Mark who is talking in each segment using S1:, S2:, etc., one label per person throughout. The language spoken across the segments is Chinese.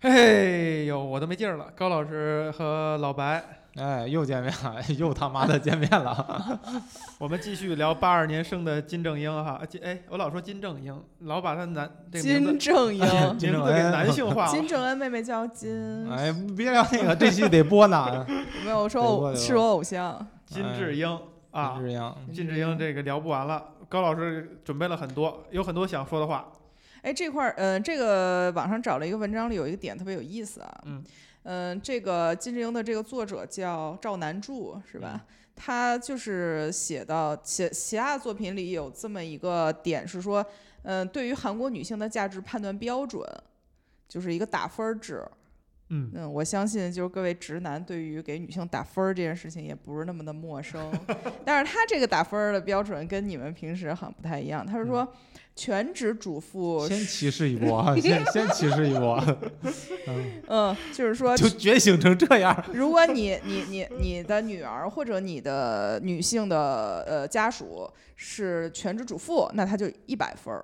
S1: 嘿呦，我都没劲儿了。高老师和老白，
S2: 哎，又见面了， 又他妈的见面了。
S1: 我们继续聊八二年生的金正英哈。啊金哎，我老说金正英，老把他男这个名字
S3: 金 正英，
S2: 金
S1: 名
S2: 正
S1: 字给
S2: 恩
S1: 男性化了。
S3: 金正恩妹妹叫金，
S2: 哎，别聊那个，这期得播呢。
S3: 没有我说
S2: 得过
S3: 我
S2: 得
S3: 是
S2: 过
S3: 我偶像，
S1: 金智英 啊
S2: 就，这样，
S1: 金智英这个聊不完了。高老师准备了很多，有很多想说的话。
S3: 哎，这块儿，呃，这个网上找了一个文章，里有一个点特别有意思啊。
S1: 嗯
S3: 呃这个金智英的这个作者叫赵南柱，是吧？他就是写到写其他的作品里有这么一个点是说，嗯、对于韩国女性的价值判断标准，就是一个打分儿制。
S1: 嗯，
S3: 嗯，我相信就是各位直男对于给女性打分儿这件事情也不是那么的陌生，但是他这个打分儿的标准跟你们平时很不太一样。他是说，全职主妇
S2: 先歧视一波 啊，先先歧视一波，嗯，
S3: 嗯，就是说，
S2: 就觉醒成这样。
S3: 如果你你你你的女儿或者你的呃女性的呃家属是全职主妇，那她就一百分儿；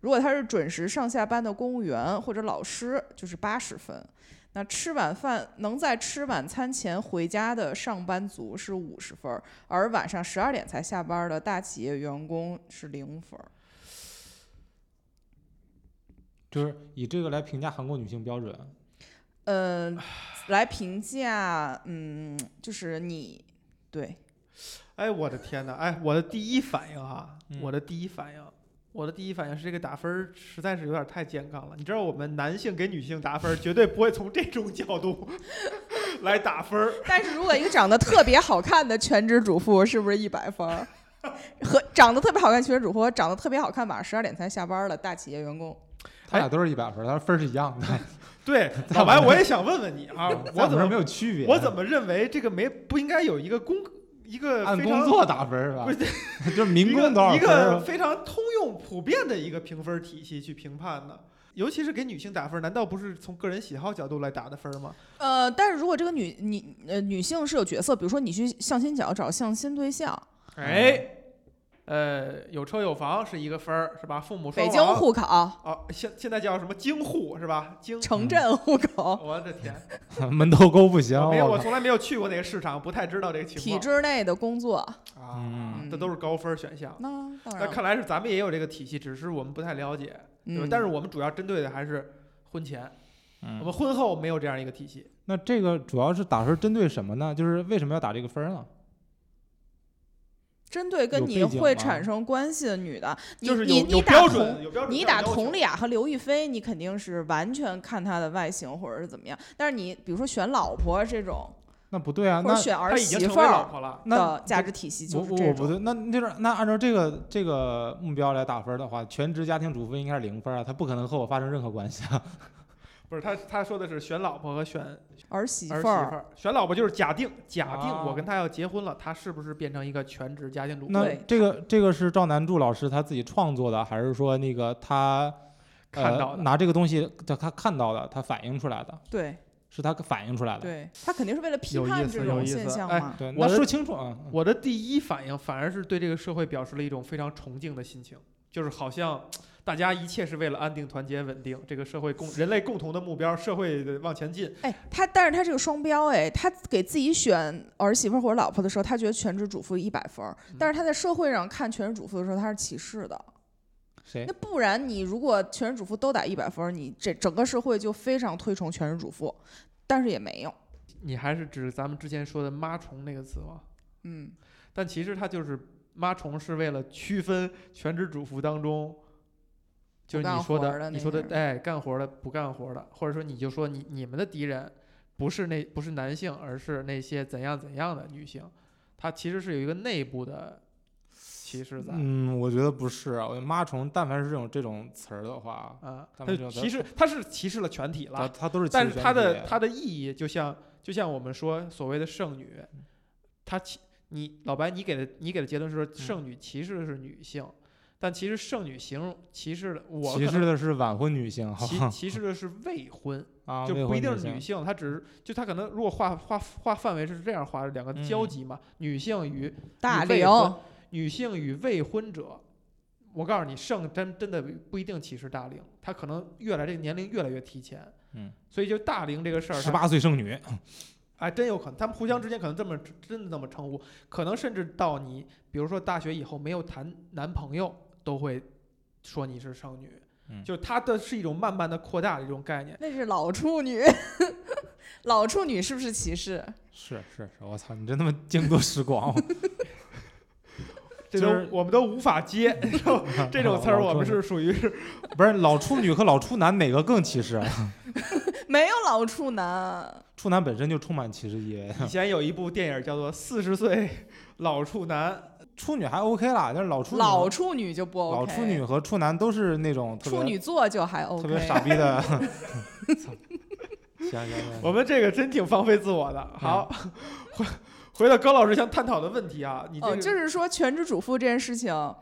S3: 如果她是准时上下班的公务员或者老师，就是八十分。那吃晚饭能在吃晚餐前回家的上班族是五十分儿，而晚上十二点才下班的大企业员工是零分儿。
S2: 就是以这个来评价韩国女性标准，
S3: 嗯、来评价，嗯，就是你对
S1: 哎，我的天哪！哎，我的第一反应哈，
S2: 嗯
S1: 我的第一反应，我的第一反应是这个打分儿实在是有点太健康了。你知道，我们男性给女性打分儿，绝对不会从这种角度 来打分儿。
S3: 但是如果一个长得特别好看的全职主妇，是不是一百分儿？和长得特别好看全职主妇，和长得特别好看晚上十二点才下班的大企业员工，
S1: 哎
S2: 他俩都是一百分，但是分儿是一样的，
S1: 对，
S2: 在
S1: 老
S2: 我
S1: 白，
S2: 们
S1: 我也想问问你 啊，
S2: 在
S1: 我
S2: 我们
S1: 怎
S2: 这儿
S1: 么
S2: 没有区别？
S1: 我怎么认为这个没不应该有一个公一个
S2: 按
S1: 非
S2: 工
S1: 常
S2: 作打分儿吧
S1: 不？
S2: 就是民
S1: 一
S2: 工
S1: 个
S2: 多少
S1: 一
S2: 分
S1: 个
S2: 儿？啊
S1: 非常通用普遍的一个评分体系去评判呢？尤其是给女性打分，难道不是从个人喜好角度来打的分吗？
S3: 呃，但是如果这个女你呃女性是有角色，比如说你去相亲角找相亲对象，
S1: 哎，呃，有车有房是一个分儿，是吧？父母双
S3: 北
S1: 亡
S3: 京户口、
S1: 啊，现现在叫什么京户是吧？京，
S3: 城镇户口、
S1: 我的天，
S2: 啊门头沟不行，
S1: 我啊没有，我
S2: 我靠
S1: 从来没有去过那个市场，不太知道这个情
S3: 体
S1: 况
S3: 制内的工作，
S1: 啊，
S3: 嗯
S1: 这都是高分选项。
S3: 那当
S1: 那
S3: 然了，
S1: 看来是咱们也有这个体系，只是我们不太了解，对吧？
S3: 嗯，
S1: 但是我们主要针对的还是婚前，我
S2: 嗯，
S1: 们婚后没有这样一个体系。
S2: 那这个主要是打分儿针对什么呢？就是为什么要打这个分儿呢？
S3: 针对跟
S2: 有
S3: 你
S2: 背景
S3: 会
S2: 吗
S3: 产生关系的女的，你
S1: 就是
S3: 你
S1: 有有
S3: 你
S1: 标
S3: 打同
S1: 准，有标准。
S3: 你
S1: 这样
S3: 打
S1: 要求
S3: 佟丽娅和刘亦菲，你肯定是完全看她的外形或者是怎么样。但是你比如说选老婆这种，
S2: 那不对啊，
S3: 或
S2: 那
S3: 者选
S1: 她
S3: 儿
S1: 已经
S3: 媳
S1: 成
S3: 妇
S1: 为老
S3: 儿
S1: 婆了，
S2: 那
S3: 的价值体系
S2: 我
S3: 就是
S2: 我
S3: 这
S2: 我不
S3: 种。
S2: 对，那那就是那按照这个这个目标来打分儿的话，全职家庭主妇应该是零分儿啊，她不可能和我发生任何关系 啊。
S1: 不是他他说的是选老婆和选儿
S3: 儿媳
S1: 媳妇
S3: 妇儿，
S1: 儿，选老婆就是假定假定
S2: 啊
S1: 我跟他要结婚了，他是不是变成一个全职家庭主妇？
S2: 那
S3: 对
S2: 这个这个是赵南柱老师他自己创作的，还是说那个他
S1: 看到
S2: 呃、
S1: 的
S2: 拿这个东西他他看到的，他反映出来的，
S3: 对
S2: 是他反映出来的。
S3: 对，她肯定是为了
S1: 嗯
S3: 批
S1: 有意
S3: 判
S1: 思
S3: 这
S1: 有
S3: 种
S1: 意
S3: 现
S1: 思
S3: 象
S1: 哎
S3: 嘛。
S2: 对，
S1: 我
S2: 那
S1: 的
S2: 说清楚啊。嗯
S1: 我的第一反应反而是对这个社会表示了一种非常崇敬的心情，就是好像大家一切是为了安定、团结、稳定，这个社会共人类共同的目标，社会的往前进。
S3: 哎，她但是她这个双标，哎，她给自己选儿媳妇儿或者老婆的时候，她觉得全职主妇一百分儿，
S1: 嗯
S3: 但是她在社会上看全职主妇的时候，她是歧视的。
S1: 哎
S2: 谁
S3: 那？不然你如果全职主妇都打一百分儿，你这整个社会就非常推崇全职主妇，但是也没有，
S1: 你还是指咱们之前说的“妈虫”那个词吗？
S3: 嗯。
S1: 但其实它就是“妈虫”，是为了区分全职主妇当中，就是你说
S3: 不干活儿的
S1: 你
S3: 那
S1: 说的
S3: 些人
S1: 哎，干活儿的不干活儿的，或者说你就说你你们的敌人不是那不是男性，而是那些怎样怎样的女性，它其实是有一个内部的歧视在。
S2: 嗯，我觉得不是啊，我觉得妈虫，但凡是这种这种词儿的话，
S1: 啊，它
S2: 咱们就
S1: 歧视，它是歧视了全体
S2: 它
S1: 了，
S2: 它都是
S1: 但
S2: 歧
S1: 是
S2: 视
S1: 它
S2: 群
S1: 的
S2: 体
S1: 它的意义，就像就像我们说所谓的剩女，
S2: 嗯
S1: 它其你老白你给的你给的结论
S2: 嗯
S1: 是说剩女歧视的是女性，但其实剩女形容歧视的我
S2: 歧
S1: 可
S2: 视
S1: 能
S2: 的是晚婚女性，好
S1: 歧
S2: 吧
S1: 歧视的是未婚，
S2: 啊，
S1: 就
S2: 未
S1: 不一
S2: 婚
S1: 定是
S2: 性
S1: 女性，它只是就它可能如果划划划范围是这样划的，两个交
S2: 嗯
S1: 集嘛，女性与
S3: 大
S1: 未
S3: 龄
S1: 婚女性与未婚者，我告诉你，剩真真的不一定歧视大龄，他可能越来这个年龄越来越提前。
S2: 嗯，
S1: 所以就大龄这个事儿，
S2: 十
S1: 它
S2: 八岁剩女，
S1: 哎，真有可能，他们互相之间可能这么真的这么称呼，可能甚至到你，比如说大学以后没有谈男朋友，都会说你是剩女，
S2: 嗯
S1: 就是它的是一种慢慢的扩大的一种概念。
S3: 那是老处女， 老处女是不是歧视？
S2: 是是是，我操，你真他妈经过时光，
S1: 这
S2: 就
S1: 种
S2: 是
S1: 我们都无法接， 这种 这种词儿我们是属于是
S2: 不是老处女和老处男哪个更歧视啊？
S3: 没有老处男，
S2: 处男本身就充满歧视意味，
S1: 以前有一部电影叫做《四十岁老处男》，
S2: 处女还 OK 啦，但是老处女
S3: 老处女就不 OK。
S2: 老处女和处男都是那种特别
S3: 处女座就还 OK。
S2: 特别傻逼的。 操行行行，
S1: 我们这个真挺放飞自我的。好，
S2: 嗯
S1: 回回到高老师想探讨的问题啊，你这
S3: 哦，
S1: 个
S3: 就是说全职主妇这件事情，呃，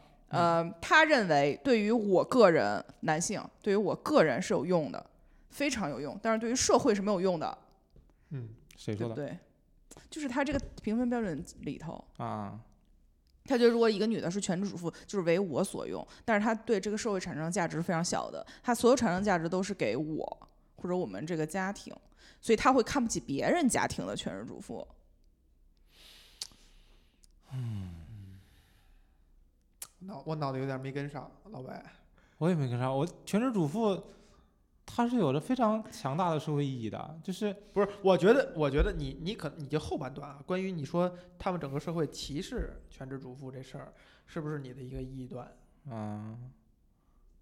S2: 嗯
S3: 他认为对于我个人男性，对于我个人是有用的，非常有用，但是对于社会是没有用的，
S1: 嗯，
S2: 谁
S3: 对
S2: 说
S3: 不
S2: 的
S3: 对？就是他这个评分标准里头，
S2: 啊？
S3: 他觉得如果一个女的是全职主妇，就是为我所用，但是她对这个社会产生的价值是非常小的，她所有产生价值都是给我或者我们这个家庭，所以她会看不起别人家庭的全职主妇。
S1: 脑我脑子有点没跟上，老白。
S2: 我也没跟上。我全职主妇，它是有着非常强大的社会意义的，就是
S1: 不是，我觉得，我觉得你你可你就后半段啊，关于你说他们整个社会歧视全职主妇这事儿，是不是你的一个臆断？
S2: 嗯，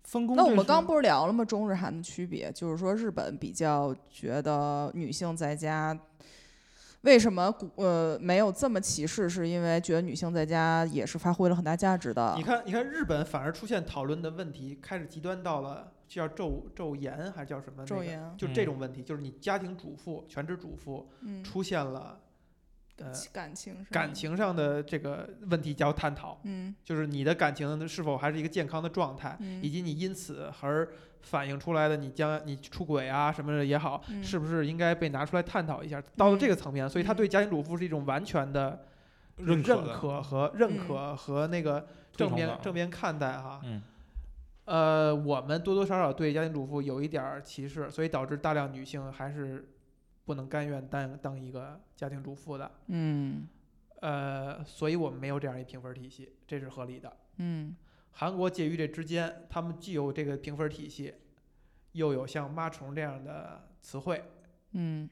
S2: 分
S1: 嗯
S2: 工。
S3: 那我们刚不是聊了吗？中日韩的区别，就是说日本比较觉得女性在家，为什么古呃没有这么歧视？是因为觉得女性在家也是发挥了很大价值的
S1: 你。看，你看日本反而出现讨论的问题开始极端到了，就叫昼昼颜还是叫什么、那个？
S3: 昼颜
S1: 就是这种问题，就是你家庭主妇、全职主妇
S3: 嗯，
S1: 出现了，呃，
S3: 感情嗯是吗
S1: 感，情上的这个问题要探讨，
S3: 嗯
S1: 就是你的感情是否还是一个健康的状态，
S3: 嗯
S1: 以及你因此而反映出来的你将你出轨啊什么的也好，
S3: 嗯
S1: 是不是应该被拿出来探讨一下？到了这个层面，所以他
S3: 嗯
S1: 对家庭主妇是一种完全的
S2: 认可的
S1: 认可和认
S3: 嗯
S1: 可和那个
S2: 推
S1: 正
S2: 崇
S1: 面
S2: 的
S1: 正面看待哈。
S2: 嗯
S1: 呃，我们多多少少对家庭主妇有一点儿歧视，所以导致大量女性还是不能甘愿当当一个家庭主妇的。
S3: 嗯
S1: 呃，所以我们没有这样一评分体系，这是合理的。
S3: 嗯
S1: 韩国介于这之间，他们既有这个评分体系，又有像“妈虫”这样的词汇，
S3: 嗯，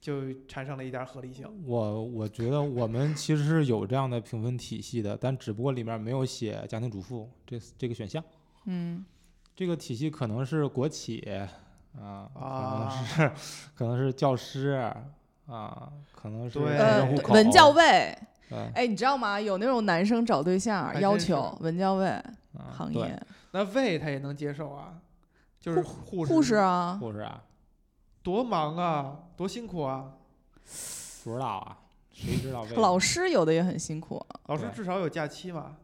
S1: 就产生了一点合理性。
S2: 我我觉得我们其实是有这样的评分体系的，但只不过里面没有写家庭主妇这这个选项。
S3: 嗯
S2: 这个体系可能是国企啊，
S1: 啊
S2: 可能是可能是教师啊，可能是
S1: 对
S2: 个
S3: 呃
S2: 人户，口
S3: 文教卫，
S2: 对
S3: 哎，你知道吗？有那种男生找对象啊
S1: 还
S3: 要
S1: 真是
S3: 求文教卫
S2: 啊
S3: 行
S2: 对
S3: 业，
S1: 那胃他也能接受啊，就是护士
S3: 护士啊，
S2: 护士啊，
S1: 多忙啊，多辛苦啊。
S2: 不知道啊，谁知道为什么
S3: 老师有的也很辛苦，
S1: 老师
S2: 对
S1: 至少有假期嘛，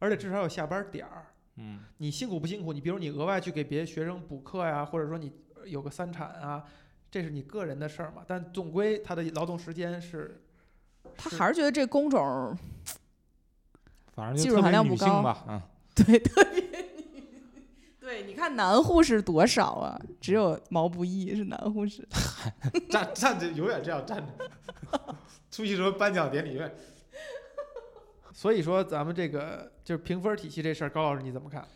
S1: 而且至少有下班点儿。
S2: 嗯
S1: 你辛苦不辛苦？你比如你额外去给别的学生补课呀，或者说你有个三产啊，这是你个人的事儿嘛。但总归他的劳动时间是，
S3: 他
S1: 是
S3: 还是觉得这工种儿
S2: 反正就
S3: 技术
S2: 特别
S3: 含量
S2: 女
S3: 不
S2: 性
S3: 高
S2: 吧，啊，
S3: 对，特别女。对，你看男护士多少啊？只有毛不易是男护士。
S2: 站站着永远这样站着， 出席什么颁奖典礼院？
S1: 所以说咱们这个就是评分体系这事儿，高老师你怎么看？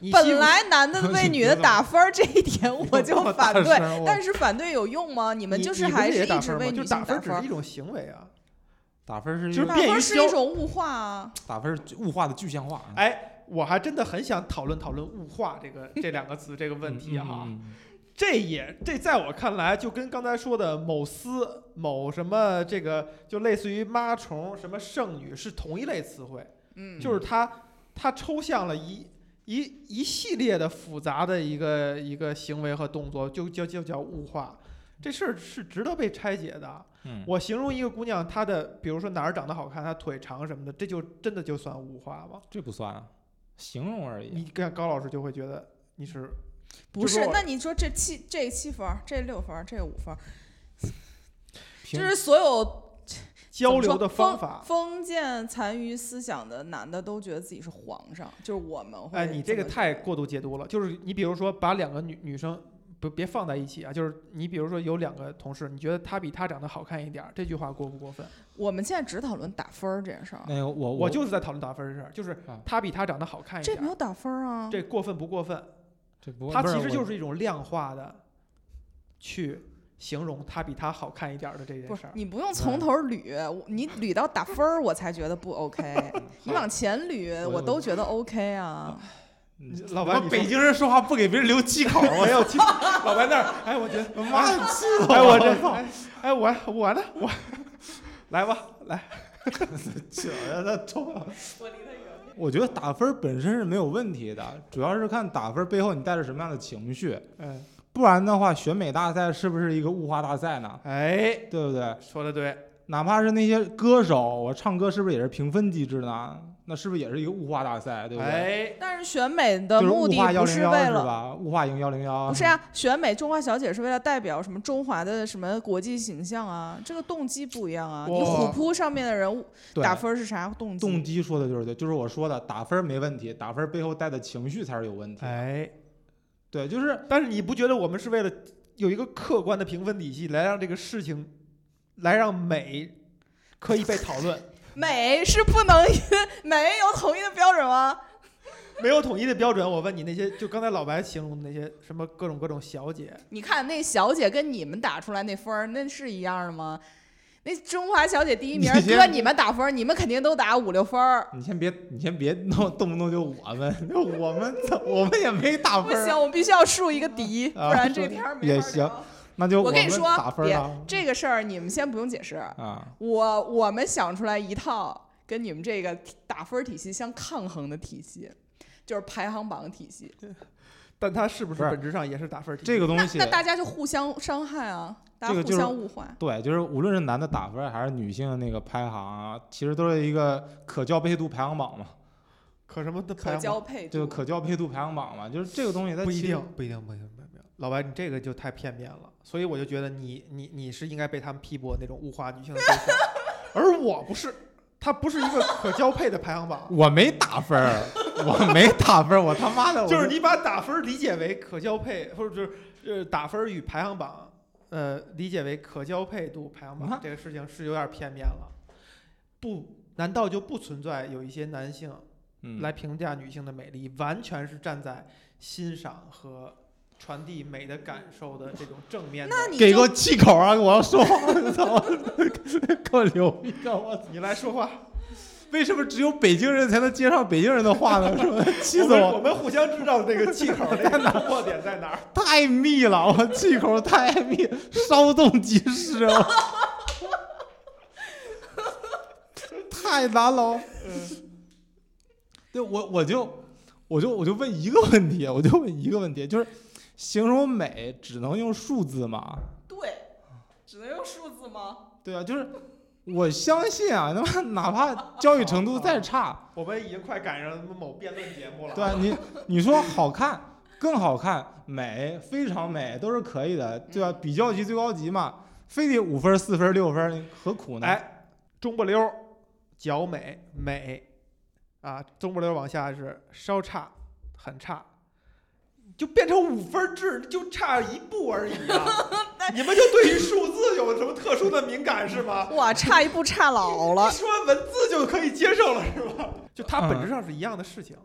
S1: 你欺
S3: 本
S1: 负
S3: 来男的 为女的打分儿这一点我就反对，但
S2: 是
S3: 是反对有用吗？你
S1: 你
S3: 们就是
S1: 你不
S3: 还
S1: 是也
S3: 一
S1: 打
S3: 直
S1: 分
S3: 为
S1: 吗？就
S3: 女性
S1: 打
S3: 打
S1: 分只
S3: 分
S1: 是
S3: 儿
S1: 一。种行为啊。
S2: 打分是
S1: 就是
S3: 打
S1: 便
S3: 分
S1: 于
S3: 儿是
S1: 消
S3: 一种物化啊，
S2: 打分是物化的具象化啊
S1: 哎，我还真的很想讨论讨论物化这 个这两个词这个问题哈、
S2: 嗯嗯嗯
S1: 这也这在我看来，就跟刚才说的某司某什么这个，就类似于妈虫什么剩女是同一类词汇，
S3: 嗯，
S1: 就是它它抽象了一一一系列的复杂的一个一个行为和动作，就就就叫物化。这事儿是值得被拆解的。
S2: 嗯
S1: 我形容一个姑娘，她的比如说哪儿长得好看，她腿长什么的，这就真的就算物化吗？
S2: 这不算啊，形容而已。
S1: 你看高老师就会觉得你是
S3: 不？
S1: 就是我
S3: 那你说这七这七分儿，这六分儿，这五分儿，
S2: 评
S3: 就是所有
S1: 交流的方
S3: 方
S1: 法。
S3: 封建残余思想的男的都觉得自己是皇上，就是我们会。
S1: 哎，你这个太过度解读了。就是你比如说，把两个女女生不别放在一起啊，就是你比如说有两个同事，你觉得她比她长得好看一点儿，这句话过不过分？
S3: 我们现在只讨论打分儿这件事儿，
S2: 那个我
S1: 我就是在讨论打分儿的事儿，就是
S2: 啊
S1: 她比她长得好看一
S3: 这
S1: 点
S3: 没
S1: 儿，
S3: 有打分儿啊。
S1: 这过分不过分？
S2: 这不
S1: 它
S2: 不
S1: 其实就
S2: 我
S1: 是一种量化的去形容她比她好看一点儿的这件
S3: 不是
S1: 事儿。
S3: 你不用从头捋，我 你捋到打分儿我才觉得 不 OK。你往前捋，
S2: 我
S3: 我都觉得 OK 啊。
S1: 你
S2: 嗯
S1: 老
S2: 我
S1: 白，你
S2: 北
S1: 说
S2: 京人说话不给别人留气口，我
S1: 没有气，老白那儿，哎，我觉得
S2: 他妈的气死
S1: 哎，我
S2: 了
S1: 这，哎，哎我我呢，我来吧，来，哎
S2: 扯呀，他冲！
S3: 我离他远。
S2: 我觉得打分本身是没有问题的，主要是看打分背后你带着什么样的情绪，
S1: 嗯，
S2: 不然的话，选美大赛是不是一个物化大赛呢？
S1: 哎，
S2: 对不对？
S1: 说的对，
S2: 哪怕是那些歌手，我唱歌是不是也是评分机制呢？那是不是也是一个物化大赛，对不对？
S1: 哎，
S3: 但是选美的
S2: 就是
S3: 目
S2: 物
S3: 的
S2: 化幺
S3: 不
S2: 零
S3: 是
S2: 幺
S3: 为
S2: 是
S3: 了。
S2: 吧？物化赢幺零幺
S3: 不是啊呀、选美中华小姐是为了代表什么中华的什么国际形象啊，这个动机不一样啊。你
S1: 哇
S3: 虎扑上面的人物
S2: 对
S3: 打分儿是啥动机？
S2: 动机说的就是对，就是我说的，打分没问题，打分背后带的情绪才是有问题。
S1: 哎，
S2: 对，就是
S1: 但是你不觉得我们是为了有一个客观的评分体系来让这个事情，来让美可以被讨论，
S3: 美是不能没有统一的标准吗？
S1: 没有统一的标准？我问你，那些就刚才老白形容的那些什么各种各种小姐，
S3: 你看那小姐跟你们打出来那分儿，那是一样的吗？那中华小姐第一名
S2: 你，先
S3: 哥你们打分儿，你们肯定都打五六分儿。
S2: 你先别，你先别弄，动不动就我们，我们我们也没打
S3: 不
S2: 分、
S3: 行，
S2: 啊，
S3: 我们必须要树一个敌，
S2: 啊
S3: 不然这片儿没法
S2: 也行
S3: 聊
S2: 那就
S3: 我跟
S2: 们
S3: 你说
S2: 打分了
S3: 这个事儿你们先不用解释，
S2: 啊。
S3: 我我们想出来一套跟你们这个打分体系相抗衡的体系，就是排行榜体系。
S1: 但它是不是
S2: 不是
S1: 本质上也是打分体系？
S2: 这个东
S3: 那
S2: 西
S3: 那，大家就互相伤害啊，大
S2: 这
S3: 家
S2: 个
S3: 互
S2: 就是
S3: 相物化。
S2: 对，就是无论是男的打分还是女性的那个排行啊，其实都是一个可交配度排行榜嘛，
S1: 可什么的排行
S3: 可
S1: 榜
S3: 交配
S2: 就是
S3: 度，
S2: 可交配度排行榜嘛，就是这个东西它
S1: 不一
S2: 其实
S1: 定，不一定，不一定，不一定。老白，你这个就太片面了，所以我就觉得你你你是应该被他们批驳那种物化女性的对 象，而我不是，它不是一个可交配的排行榜，
S2: 我没打分儿，我没打分儿，我他 妈的我
S1: 就是你把打分理解为可交配，或者就是呃打分与排行榜，呃理解为可交配度排行
S2: 你
S1: 榜
S2: 看
S1: 这个事情是有点片面了，不。难道就不存在有一些男性
S2: 嗯
S1: 来评价女性的美丽，完全是站在欣赏和传递美的感受的这种正面的？
S3: 那你
S2: 给
S3: 就
S2: 个气口啊！我要说话了，操！给我留一个，我
S1: 你来说话，
S2: 为什么只有北京人才能接上北京人的话呢？是吧？气
S1: 我
S2: 死
S1: 们！
S2: 我！
S1: 我们互相知道这个气口儿 在哪，弱点在哪儿？
S2: 太密了，我气口太密，稍纵即逝了， 太难了。对我我就我就我就问一个问题，我就问一个问题，就是形容美只能用数字吗？
S3: 对，只能用数字吗？
S2: 对啊，就是我相信啊，他妈哪怕教育程度再差。
S1: 我们已经快赶上某辩论节目了。
S2: 对啊，你你说好看、更好看、美、非常美都是可以的，对吧、
S3: 嗯
S2: 比较级最高级嘛，非得五分儿、四分儿、六分儿，何苦呢？
S1: 哎，中不溜儿，脚美美，啊，中不溜儿往下是稍差，很差，就变成五分儿制，就差一步而已 啊！你们就对于数字有什么特殊的敏感是吗？
S3: 哇，差一步差老
S1: 一
S3: 了。
S1: 说文字就可以接受了是吧？ 就它本质
S2: 嗯
S1: 上是一样的事情，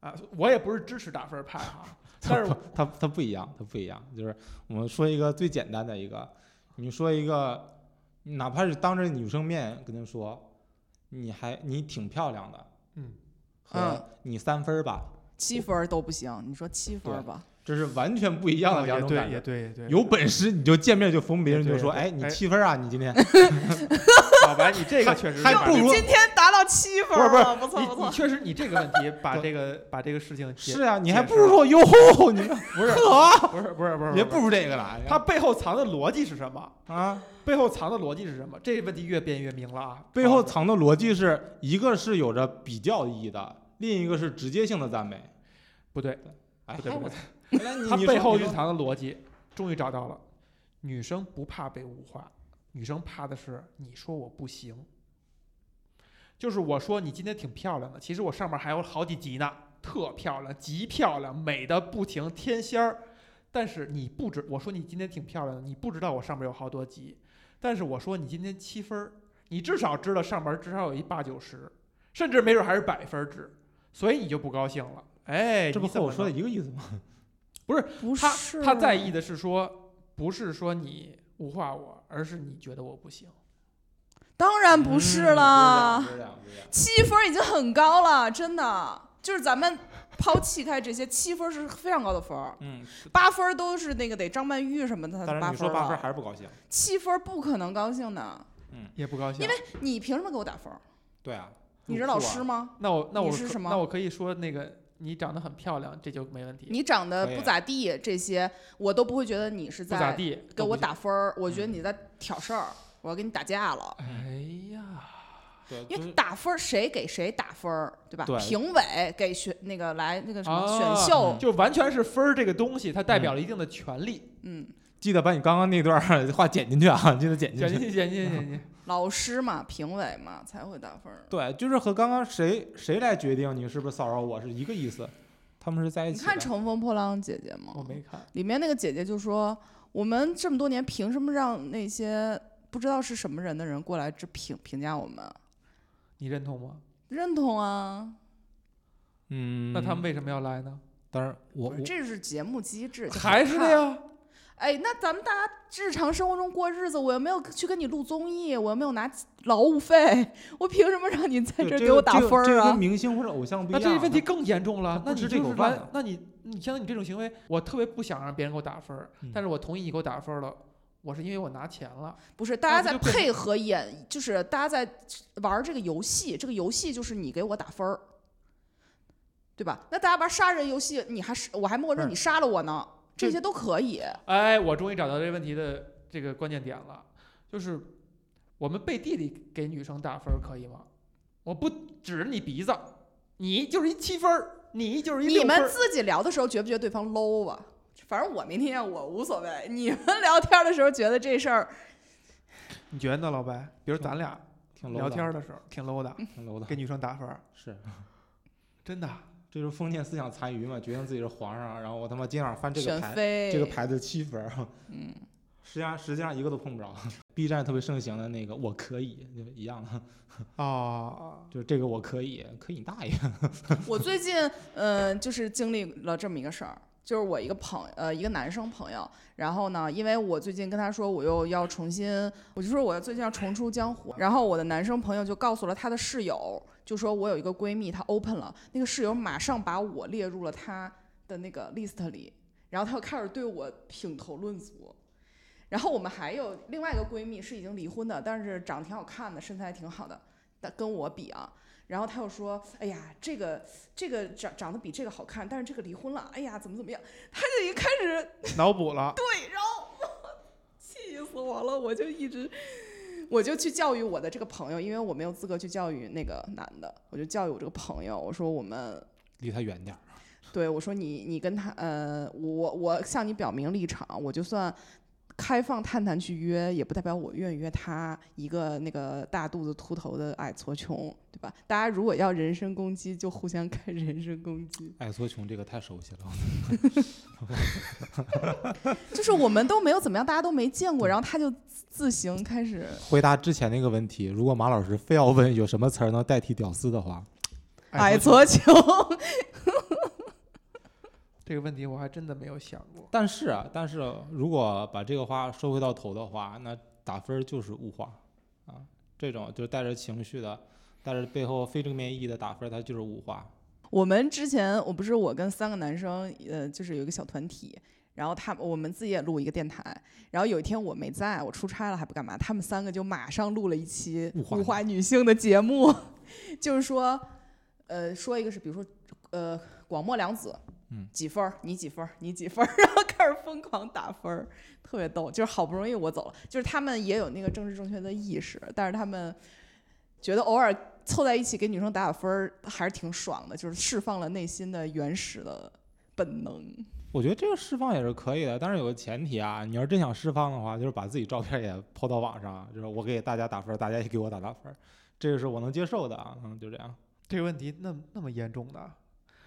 S1: 啊，我也不是支持打分儿派 哈，但是
S2: 它不它它不一样，它不一样。就是我们说一个最简单的一个，你说一个，哪怕是当着女生面跟她说，你还你挺漂亮的，
S1: 嗯，
S2: 和
S3: 嗯
S2: 你三分儿吧，
S3: 七分儿都不行，你说七分儿吧？
S2: 这是完全不一样的
S1: 哦
S2: 两种感觉。
S1: 对，也对，也对。
S2: 有本事你就见面就封别人，
S1: 对
S2: 就说，
S1: 对
S2: 哎，你
S1: 哎
S2: 七分儿啊，你今天。
S1: 老白，你这个确实
S2: 还
S1: 是
S2: 不
S3: 你
S2: 如
S3: 今天达到七分
S1: 不是
S3: 儿
S1: 不是
S3: 了，不错
S1: 你
S3: 不
S1: 你
S3: 错。
S1: 确实你这个问题把这个把这个事情解
S2: 是啊，你还
S1: 解
S2: 不
S1: 释
S2: 如
S1: 了
S2: 说哟吼，你
S1: 不是
S2: 呵，
S1: 不是不是不是
S2: 也
S1: 不
S2: 不
S1: 是
S2: 如这个了。
S1: 它背后藏的逻辑是什么？
S2: 啊，
S1: 背后藏的逻辑是什么？这个问题越辩越明了啊！
S2: 背后藏的逻辑是一个是有着比较意义的，另一个是直接性的赞美。
S1: 啊不对，
S2: 哎，
S1: 不对不
S2: 我
S1: 对，
S2: 来你
S1: 它
S2: 你
S1: 背
S2: 说
S1: 后
S2: 你
S1: 蕴
S2: 说
S1: 藏的逻辑终于找到了，女生不怕被物化，女生怕的是你说我不行，就是我说你今天挺漂亮的，其实我上面还有好几集呢，特漂亮，极漂亮，美的不停，天仙儿。但是你不知，我说你今天挺漂亮的，你不知道我上面有好多集。但是我说你今天七分儿，你至少知道上面至少有一八九十，甚至没准还是百分制，所以你就不高兴了。哎，
S2: 这不
S1: 你
S2: 和
S1: 怎
S2: 我
S1: 么
S2: 说的
S1: 能
S2: 一个意思吗？
S3: 不
S1: 他
S3: 是
S1: 他在意的是说，不是说你物化我，而是你觉得我不行。
S3: 当然不是啦
S2: 嗯，不是这样不是这样不是
S3: 七分已经很高了，真的。就是咱们抛弃开这些，七分是非常高的分儿，
S2: 这样嗯，
S3: 八分都是那个得张曼玉什么的才
S2: 但是
S3: 八
S2: 你说
S3: 分
S2: 八分
S3: 了，
S2: 还是不高兴。
S3: 七分不可能高兴的。
S1: 也不高兴，
S3: 因为你凭什么给我打分儿？
S2: 对啊，
S3: 你是
S2: 入
S3: 老
S2: 库啊
S3: 师吗？
S1: 那我那
S3: 你
S1: 我
S3: 是
S1: 可
S3: 什么
S1: 那我可以说那个你长得很漂亮，这就没问题，
S3: 你长得
S2: 可以
S3: 不咋地，这些我都不会觉得你是
S1: 不咋
S3: 在
S1: 地
S3: 给
S1: 都
S3: 我
S1: 哦不行。
S3: 打分儿，我觉得你在挑事儿，我要跟你打架了。
S1: 哎呀，
S2: 对，
S3: 因
S2: 就
S3: 为
S2: 是
S3: 打分儿谁给谁打分儿，对吧？
S2: 对
S3: 评委给选那个来那个什么
S1: 啊
S3: 选秀，
S1: 就完全是分儿这个东西，它代
S2: 嗯
S1: 表了一定的权利。
S3: 嗯，
S2: 记得把你刚刚那段儿 话剪进去啊，记得剪进
S1: 剪进
S2: 去。
S1: 去，剪进去，剪进 去。
S3: 老师嘛，评委嘛才会打分儿。
S2: 对，就是和刚刚谁谁来决定你是不是骚扰我是一个意思，他们是在一
S3: 你
S2: 起
S3: 看《
S2: 的。
S3: 乘风破浪》姐姐吗？
S1: 我没看，
S3: 里面那个姐姐就说：“我们这么多年，凭什么让那些不知道是什么人的人过来这评评价我们？
S1: 你认同吗？
S3: 认同啊，
S2: 嗯，
S1: 那他们为什么要来呢？
S2: 当然我
S3: 不
S2: 我
S3: 是这是节目机制，就
S1: 还是
S3: 好
S1: 那
S3: 看。
S1: 样。
S3: 哎，那咱们大家日常生活中过日子，我又没有去跟你录综艺，我又没有拿劳务费，我凭什么让你在
S2: 对
S3: 这儿
S2: 这
S3: 给我
S2: 个
S3: 打
S2: 这个
S3: 分
S2: 这
S3: 儿
S2: 个
S3: 啊
S2: 跟？明星或者偶像不一
S1: 那
S2: 样。
S1: 这问题
S2: 他
S1: 更严重了
S2: 他。
S1: 那
S2: 不
S1: 你
S2: 吃
S1: 就
S2: 这口
S1: 是
S2: 饭
S1: 来
S2: 的，
S1: 那你你相当于你这种行为，我特别不想让别人给我打分儿，
S2: 嗯
S1: 但是我同意你给我打分儿了，我是因为我拿钱了。
S3: 不是，大
S2: 啊
S3: 家
S1: 那
S3: 在
S1: 不就变
S3: 配合演，就是大家在玩儿这个游戏，这个游戏就是你给我打分儿，对吧？那大家玩杀人游戏，你还是我还默认
S2: 不是
S3: 你杀了我呢，这
S1: 这
S3: 些都可以。
S1: 哎，我终于找到这问题的这个关键点了，就是我们背地里给女生打分儿可以吗？我不指着你鼻子，你就是一七分儿，你就是一
S3: 你
S1: 六分
S3: 们
S1: 儿。
S3: 自己聊的时候觉不觉得对方 low 啊？反正我没听见，我无所谓。你们聊天的时候觉得这事儿
S1: 你觉得呢，老白？比如咱俩
S2: 挺 low
S1: 聊
S2: 的
S1: 天，的时候挺 low 的，
S2: 挺 low 的
S1: 给，女生打分儿，
S2: 是。
S1: 真的。
S2: 这就是封建思想残余嘛，决定自己是皇上，然后我他妈今晚翻这个
S3: 选
S2: 牌，
S3: 妃，
S2: 这个牌子七分儿，
S3: 嗯，
S2: 实际上实际上一个都碰不着。B 站特别盛行的那个我可以，就一样的，
S1: 哦，
S2: 就是这个我可以，可以你大爷！
S3: 我最近嗯、呃就是经历了这么一个事儿，就是我一个朋呃一个男生朋友，然后呢，因为我最近跟他说我又要重新，我就说我最近要重出江湖，然后我的男生朋友就告诉了他的室友，就说我有一个闺蜜她 open 了，那个室友马上把我列入了他的那个 list 里，然后他又开始对我品头论足。然后我们还有另外一个闺蜜是已经离婚的，但是长得挺好看的，身材还挺好的，但跟我比啊，然后他又说，哎呀，这个这个长长得比这个好看，但是这个离婚了，哎呀，怎么怎么样，他就一开始
S1: 脑补了。
S3: 对，然后气死我了，我就一直。我就去教育我的这个朋友，因为我没有资格去教育那个男的，我就教育我这个朋友，我说我们，
S2: 离他远点儿。
S3: 对我说你你跟他，呃，我我向你表明立场，我就算开放探探去约，也不代表我愿意约他一个那个大肚子秃头的矮矬穷，对吧？大家如果要人身攻击，就互相开人身攻击。
S2: 爱缩穷这个太熟悉了，
S3: 就是我们都没有怎么样，大家都没见过，然后他就自自行开始
S2: 回答之前那个问题，如果马老师非要问有什么词儿能代替“屌丝”的话，
S1: 哎
S3: 矮矬穷。
S1: 这个问题我还真的没有想过。
S2: 但是啊，但是如果把这个话说回到头的话，那打分儿就是物化啊，这种就是带着情绪的，带着背后非正面意义的打分儿，它就是物化。
S3: 我们之前我不是我跟三个男生，呃，就是有一个小团体，然后他我们自己也录一个电台，然后有一天我没在，我出差了还不干嘛，他们三个就马上录了一期
S2: 物化
S3: 物化女性的节目， 就是说，呃，说一个是比如说，呃，广末凉子。
S2: 嗯
S3: 几分儿？你几分儿？你几分儿？然 后开始疯狂打分儿，特别逗。就是好不容易我走了，就是他们也有那个政治正确的意识，但是他们觉得偶尔凑在一起给女生打打分儿还是挺爽的，就是释放了内心的原始的本能。
S2: 我觉得这个释放也是可以的，但是有个前提啊，你要是真想释放的话，就是把自己照片也抛到网上，就是我给大家打分，大家也给我打打分，这个是我能接受的啊，嗯，就这样。
S1: 这个问题那么那么严重的，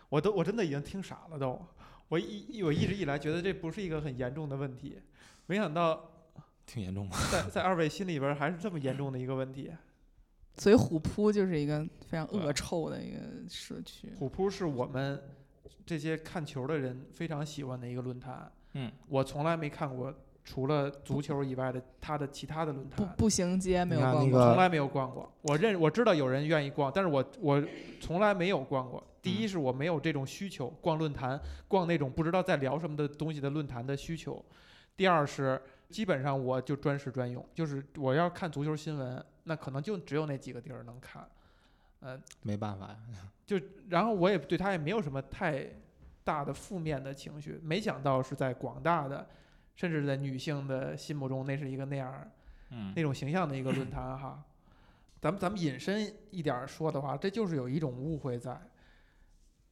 S1: 我都我真的已经听傻了都。我一我一直以来觉得这不是一个很严重的问题，没想到
S2: 挺严重的，
S1: 在在二位心里边儿还是这么严重的一个问题。
S3: 所以虎扑就是一个非常
S2: 对
S3: 恶臭的一个社区。
S2: 啊
S1: 虎扑是我们这些看球的人非常喜欢的一个论坛。
S2: 嗯，
S1: 我从来没看过除了足球以外的他的其他的论
S3: 步
S1: 坛，
S3: 步行街没有逛
S2: 你看那
S3: 过，
S2: 个
S1: 从来没有逛过。我认我知道有人愿意逛，但是我我从来没有逛过。第一是我没有这种需求，逛论坛，逛那种不知道在聊什么的东西的论坛的需求。第二是基本上我就专事专用，就是我要看足球新闻，那可能就只有那几个地儿能看。呃，
S2: 没办法呀。
S1: 就然后我也对他也没有什么太大的负面的情绪，没想到是在广大的，甚至在女性的心目中，那是一个那样儿
S2: 嗯
S1: 那种形象的一个论坛哈。咱们咱们引申一点儿说的话，这就是有一种误会在，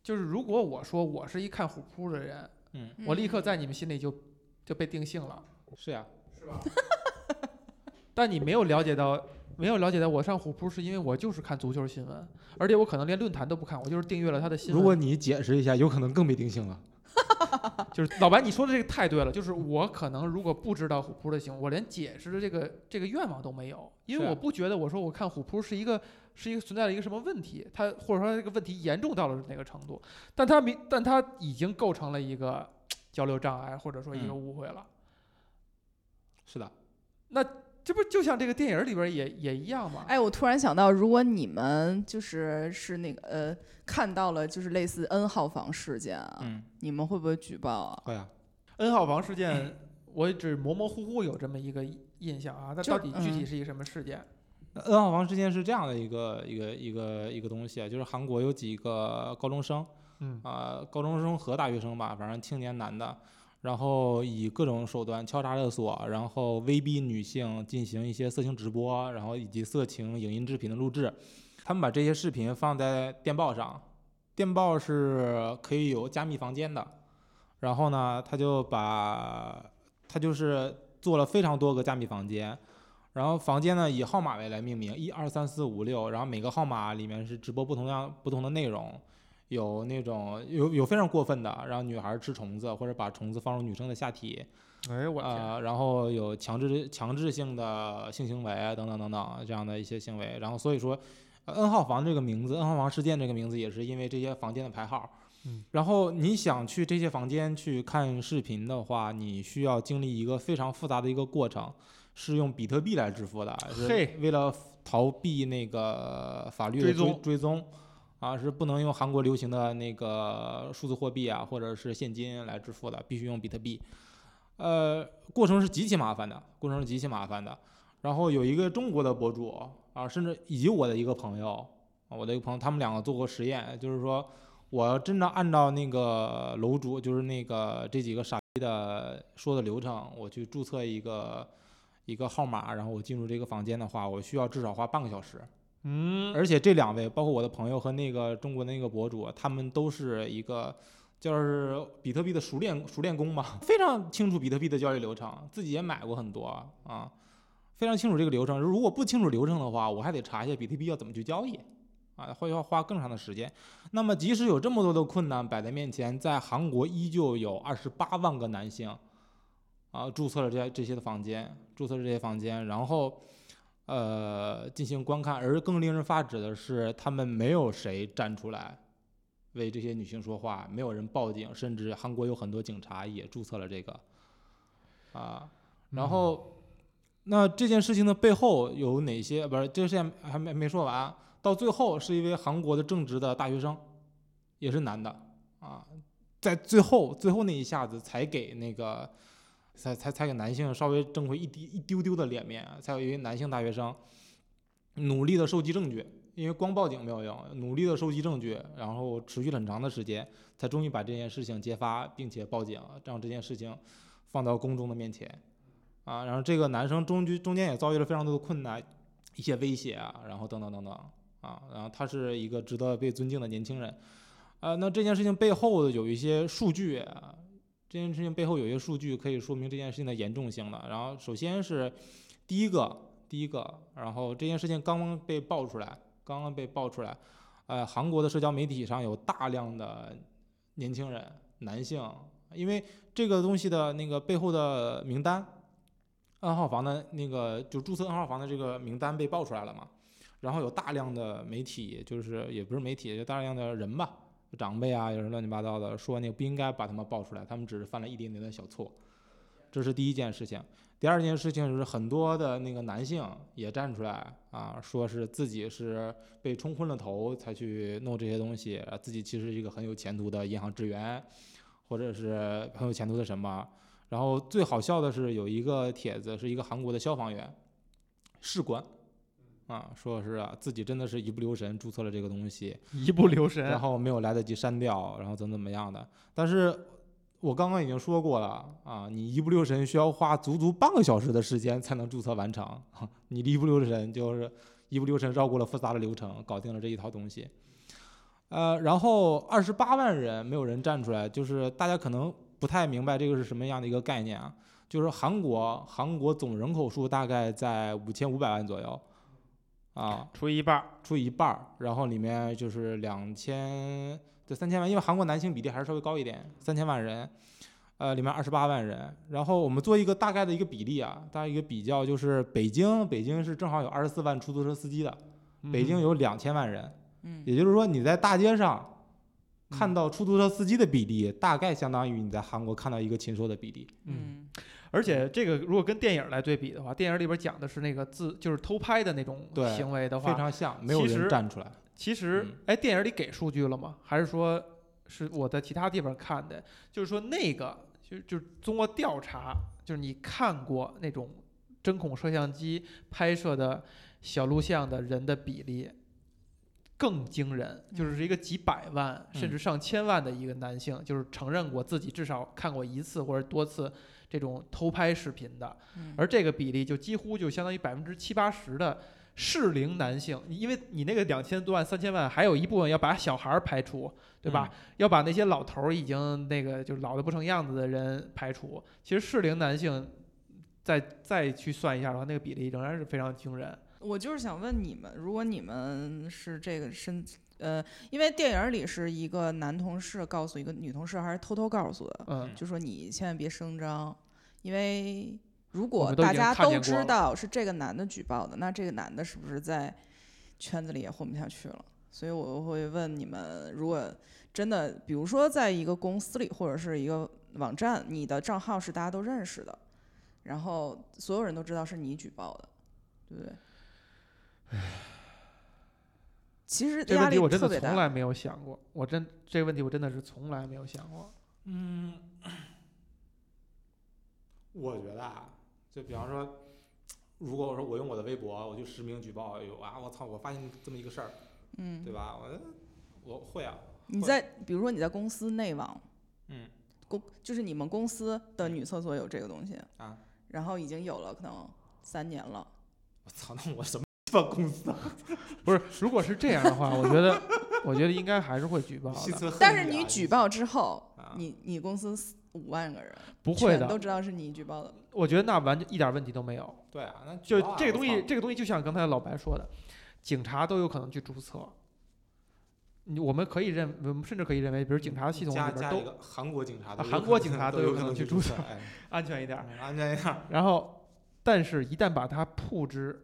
S1: 就是如果我说我是一看虎扑的人，
S2: 嗯，
S1: 我立刻
S3: 嗯
S1: 在你们心里就就被定性了，
S2: 是呀，
S1: 是吧？但你没有了解到，没有了解到我上虎扑是因为我就是看足球新闻，而且我可能连论坛都不看，我就是订阅了他的新闻。
S2: 如果你解释一下，有可能更被定性了。
S1: 就是老白，你说的这个太对了。就是我可能如果不知道虎扑的行为，我连解释的这个这个愿望都没有，因为
S2: 是啊
S1: 我不觉得我说我看虎扑是一个是一个存在了一个什么问题，它或者说这个问题严重到了哪个程度，但它明但它已经构成了一个交流障碍或者说一个
S2: 嗯
S1: 误会了。
S2: 是的，
S1: 这不就像这个电影里边也也一样吗？
S3: 哎，我突然想到，如果你们就是是那个呃，看到了就是类似 N 号房事件啊，
S2: 嗯，
S3: 你们会不会举报啊？
S2: 对呀，
S1: n 号房事件，我只模模糊糊有这么一个印象啊，它
S3: 就
S1: 到底具体
S3: 嗯
S1: 是一个什么事件？
S2: 那 N 号房之间是这样的一个一个一个一个东西啊，就是韩国有几个高中生，
S1: 嗯
S2: 啊、高中生和大学生吧，反正青年男的，然后以各种手段敲诈勒索，然后威逼女性进行一些色情直播，然后以及色情影音制品的录制。他们把这些视频放在电报上，电报是可以有加密房间的。然后呢，他就把他就是做了非常多个加密房间，然后房间呢以号码为来命名，一二三四五六，然后每个号码里面是直播不同样不同的内容，有那种有有非常过分的，让女孩吃虫子或者把虫子放入女生的下体，
S1: 哎，我天，
S2: 呃，然后有强制强制性的性行为啊等等等等这样的一些行为，然后所以说。呃 N 号房这个名字，N 号房事件这个名字也是因为这些房间的排号。
S1: 嗯、
S2: 然后你想去这些房间去看视频的话，你需要经历一个非常复杂的一个过程，是用比特币来支付的，是
S1: 嘿
S2: 为了逃避那个呃法律
S1: 追
S2: 的追
S1: 踪
S2: 追踪啊，是不能用韩国流行的那个数字货币啊，或者是现金来支付的，必须用比特币。呃，过程是极其麻烦的，过程是极其麻烦的。然后有一个中国的博主啊，甚至以及我的一个朋友，啊我的一个朋友，他们两个做过实验，就是说我要真的按照那个楼主，就是那个这几个傻逼的说的流程，我去注册一个一个号码，然后我进入这个房间的话，我需要至少花半个小时。
S1: 嗯，
S2: 而且这两位，包括我的朋友和那个中国的那个博主，他们都是一个就是比特币的熟练熟练工吧，非常清楚比特币的交易流程，自己也买过很多啊，非常清楚这个流程。如果不清楚流程的话，我还得查一下比特币要怎么去交易。啊，会要花更长的时间。那么，即使有这么多的困难摆在面前，在韩国依旧有二十八万个男性，啊，注册了这这些的房间，注册了这些房间，然后呃进行观看，而更令人发指的是，他们没有谁站出来为这些女性说话，没有人报警，甚至韩国有很多警察也注册了这个啊。然后，那这件事情的背后有哪些？不是，这事情还没没说完。啊到最后是一位韩国的正直的大学生，也是男的啊，在最后最后那一下子才给那个才才才给男性稍微挣回一滴一丢丢的脸面，啊才有一位男性大学生努力的收集证据，因为光报警没有用，努力的收集证据，然后持续了很长的时间，才终于把这件事情揭发，并且报警，让这件事情放到公众的面前啊。然后这个男生中居中间也遭遇了非常多的困难，一些威胁啊，然后等等等等啊。然后他是一个值得被尊敬的年轻人。啊，那这件事情背后有一些数据啊，这件事情背后有一些数据可以说明这件事情的严重性了。然后首先是第一个，第一个，然后这件事情刚刚被爆出来，刚刚被爆出来，呃，韩国的社交媒体上有大量的年轻人，男性，因为这个东西的那个背后的名单，N 号房的那个就注册 N 号房的这个名单被爆出来了嘛，然后有大量的媒体，就是也不是媒体，就大量的人吧，长辈啊，有人乱七八糟的说那个不应该把他们爆出来，他们只是犯了一点点的小错，这是第一件事情。第二件事情就是很多的那个男性也站出来啊，说是自己是被冲昏了头才去弄这些东西，啊自己其实是一个很有前途的银行职员，或者是很有前途的什么。然后最好笑的是，有一个帖子是一个韩国的消防员，士官，啊，说是、啊、自己真的是一不留神注册了这个东西，
S1: 一不留神
S2: 然，后没有来得及删掉，然后怎么怎么样的。但是我刚刚已经说过了啊，你一不留神需要花足足半个小时的时间才能注册完成，啊你一不留神就是一不留神绕过了复杂的流程，搞定了这一套东西。呃，然后二十八万人没有人站出来，就是大家可能不太明白这个是什么样的一个概念啊。就是韩国，韩国总人口数大概在五千五百万左右，啊，
S1: 除以一半儿，
S2: 出一半儿，然后里面就是两千，对三千万，因为韩国男性比例还是稍微高一点，三千万人，呃，里面二十八万人，然后我们做一个大概的一个比例啊，大概一个比较，就是北京，北京是正好有二十四万出租车司机的，北
S1: 嗯
S2: 京有两千万人，
S3: 嗯
S2: 也就是说你在大街上看
S1: 嗯
S2: 到出租车司机的比例，大概相当于你在韩国看到一个禽兽的比例。
S1: 嗯，
S3: 嗯
S1: 而且这个如果跟电影来对比的话，电影里边讲的是那个自就是偷拍的那种
S2: 对
S1: 行为的
S2: 非
S1: 话，
S2: 常像，没有
S1: 其实
S2: 人站出来。
S1: 其实
S2: 嗯
S1: 哎，电影里给数据了吗？还是说是我在其他地方看的？就是说那个就就是通过调查，就是你看过那种针孔摄像机拍摄的小录像的人的比例。更惊人，就是一个几百万、甚
S2: 嗯
S1: 至上千万的一个男性，就是承认过自己至少看过一次或者多次这种偷拍视频的，
S3: 嗯
S1: 而这个比例就几乎就相当于百分之七八十的适龄男性，你因为你那个两千多万、三千万，还有一部分要把小孩儿排除，对吧？
S3: 嗯
S1: 要把那些老头儿已经那个就是老的不成样子的人排除。其实适龄男性再再去算一下的话，那个比例仍然是非常惊人。
S3: 我就是想问你们，如果你们是这个身，呃，因为电影里是一个男同事告诉一个女同事，还是偷偷告诉的，
S1: 嗯
S2: 嗯
S3: 就说你千万别声张，因为如
S1: 我
S3: 果
S1: 们都已
S3: 大
S1: 经
S3: 家
S1: 看
S3: 都
S1: 见过
S3: 知
S1: 了
S3: 道是这个男的举报的，那这个男的是不是在圈子里也混不下去了？所以我会问你们，如果真的，比如说在一个公司里或者是一个网站，你的账号是大家都认识的，然后所有人都知道是你举报的，对不对？其实
S1: 这个
S3: 压
S1: 问
S3: 力
S1: 题我真
S3: 特
S1: 的
S3: 别
S1: 从
S3: 大。
S1: 来没有想过，我真这个问题我真的是从来没有想过。
S2: 嗯， 我觉得啊，就比方说，如果我说我用我的微博，我去实名举报，有啊，我操，我发现这么一个事儿，
S3: 嗯，
S2: 对吧？我我会啊，
S3: 你
S2: 会
S3: 在比如说你在公司内网，
S2: 嗯，
S3: 公就是你们公司的女厕所有这个东西
S1: 嗯
S2: 啊，
S3: 然后已经有了可能三年了。
S2: 我操，那我什么鸡巴公司啊？
S1: 不是，如果是这样的话，我觉得我觉得应该还是会举报
S2: 心
S1: 的，
S2: 存恨
S3: 但
S2: 意啊
S3: 是你举报之后，
S2: 啊
S3: 你你公司四五万个人，
S1: 不会
S3: 全都
S1: 的。
S3: 知道是你举报的。
S1: 我觉得那完全一点问题都没有。
S2: 对啊，那
S1: 就
S2: 举报啊
S1: 这个
S2: 我
S1: 东
S2: 操
S1: 西，这个东西就像刚才老白说的，警察都有可能去注册。你我们可以认，我们甚至可以认为，比如警察系统
S2: 加
S1: 里边
S2: 加一
S1: 都
S2: 个韩国警察
S1: 啊
S2: 都有可能，
S1: 韩国警察都
S2: 都
S1: 有
S2: 有
S1: 可能去
S2: 去
S1: 注册
S2: 哎
S1: 安全一点儿。
S2: 安全一点儿。
S1: 然后，但是一旦把它曝之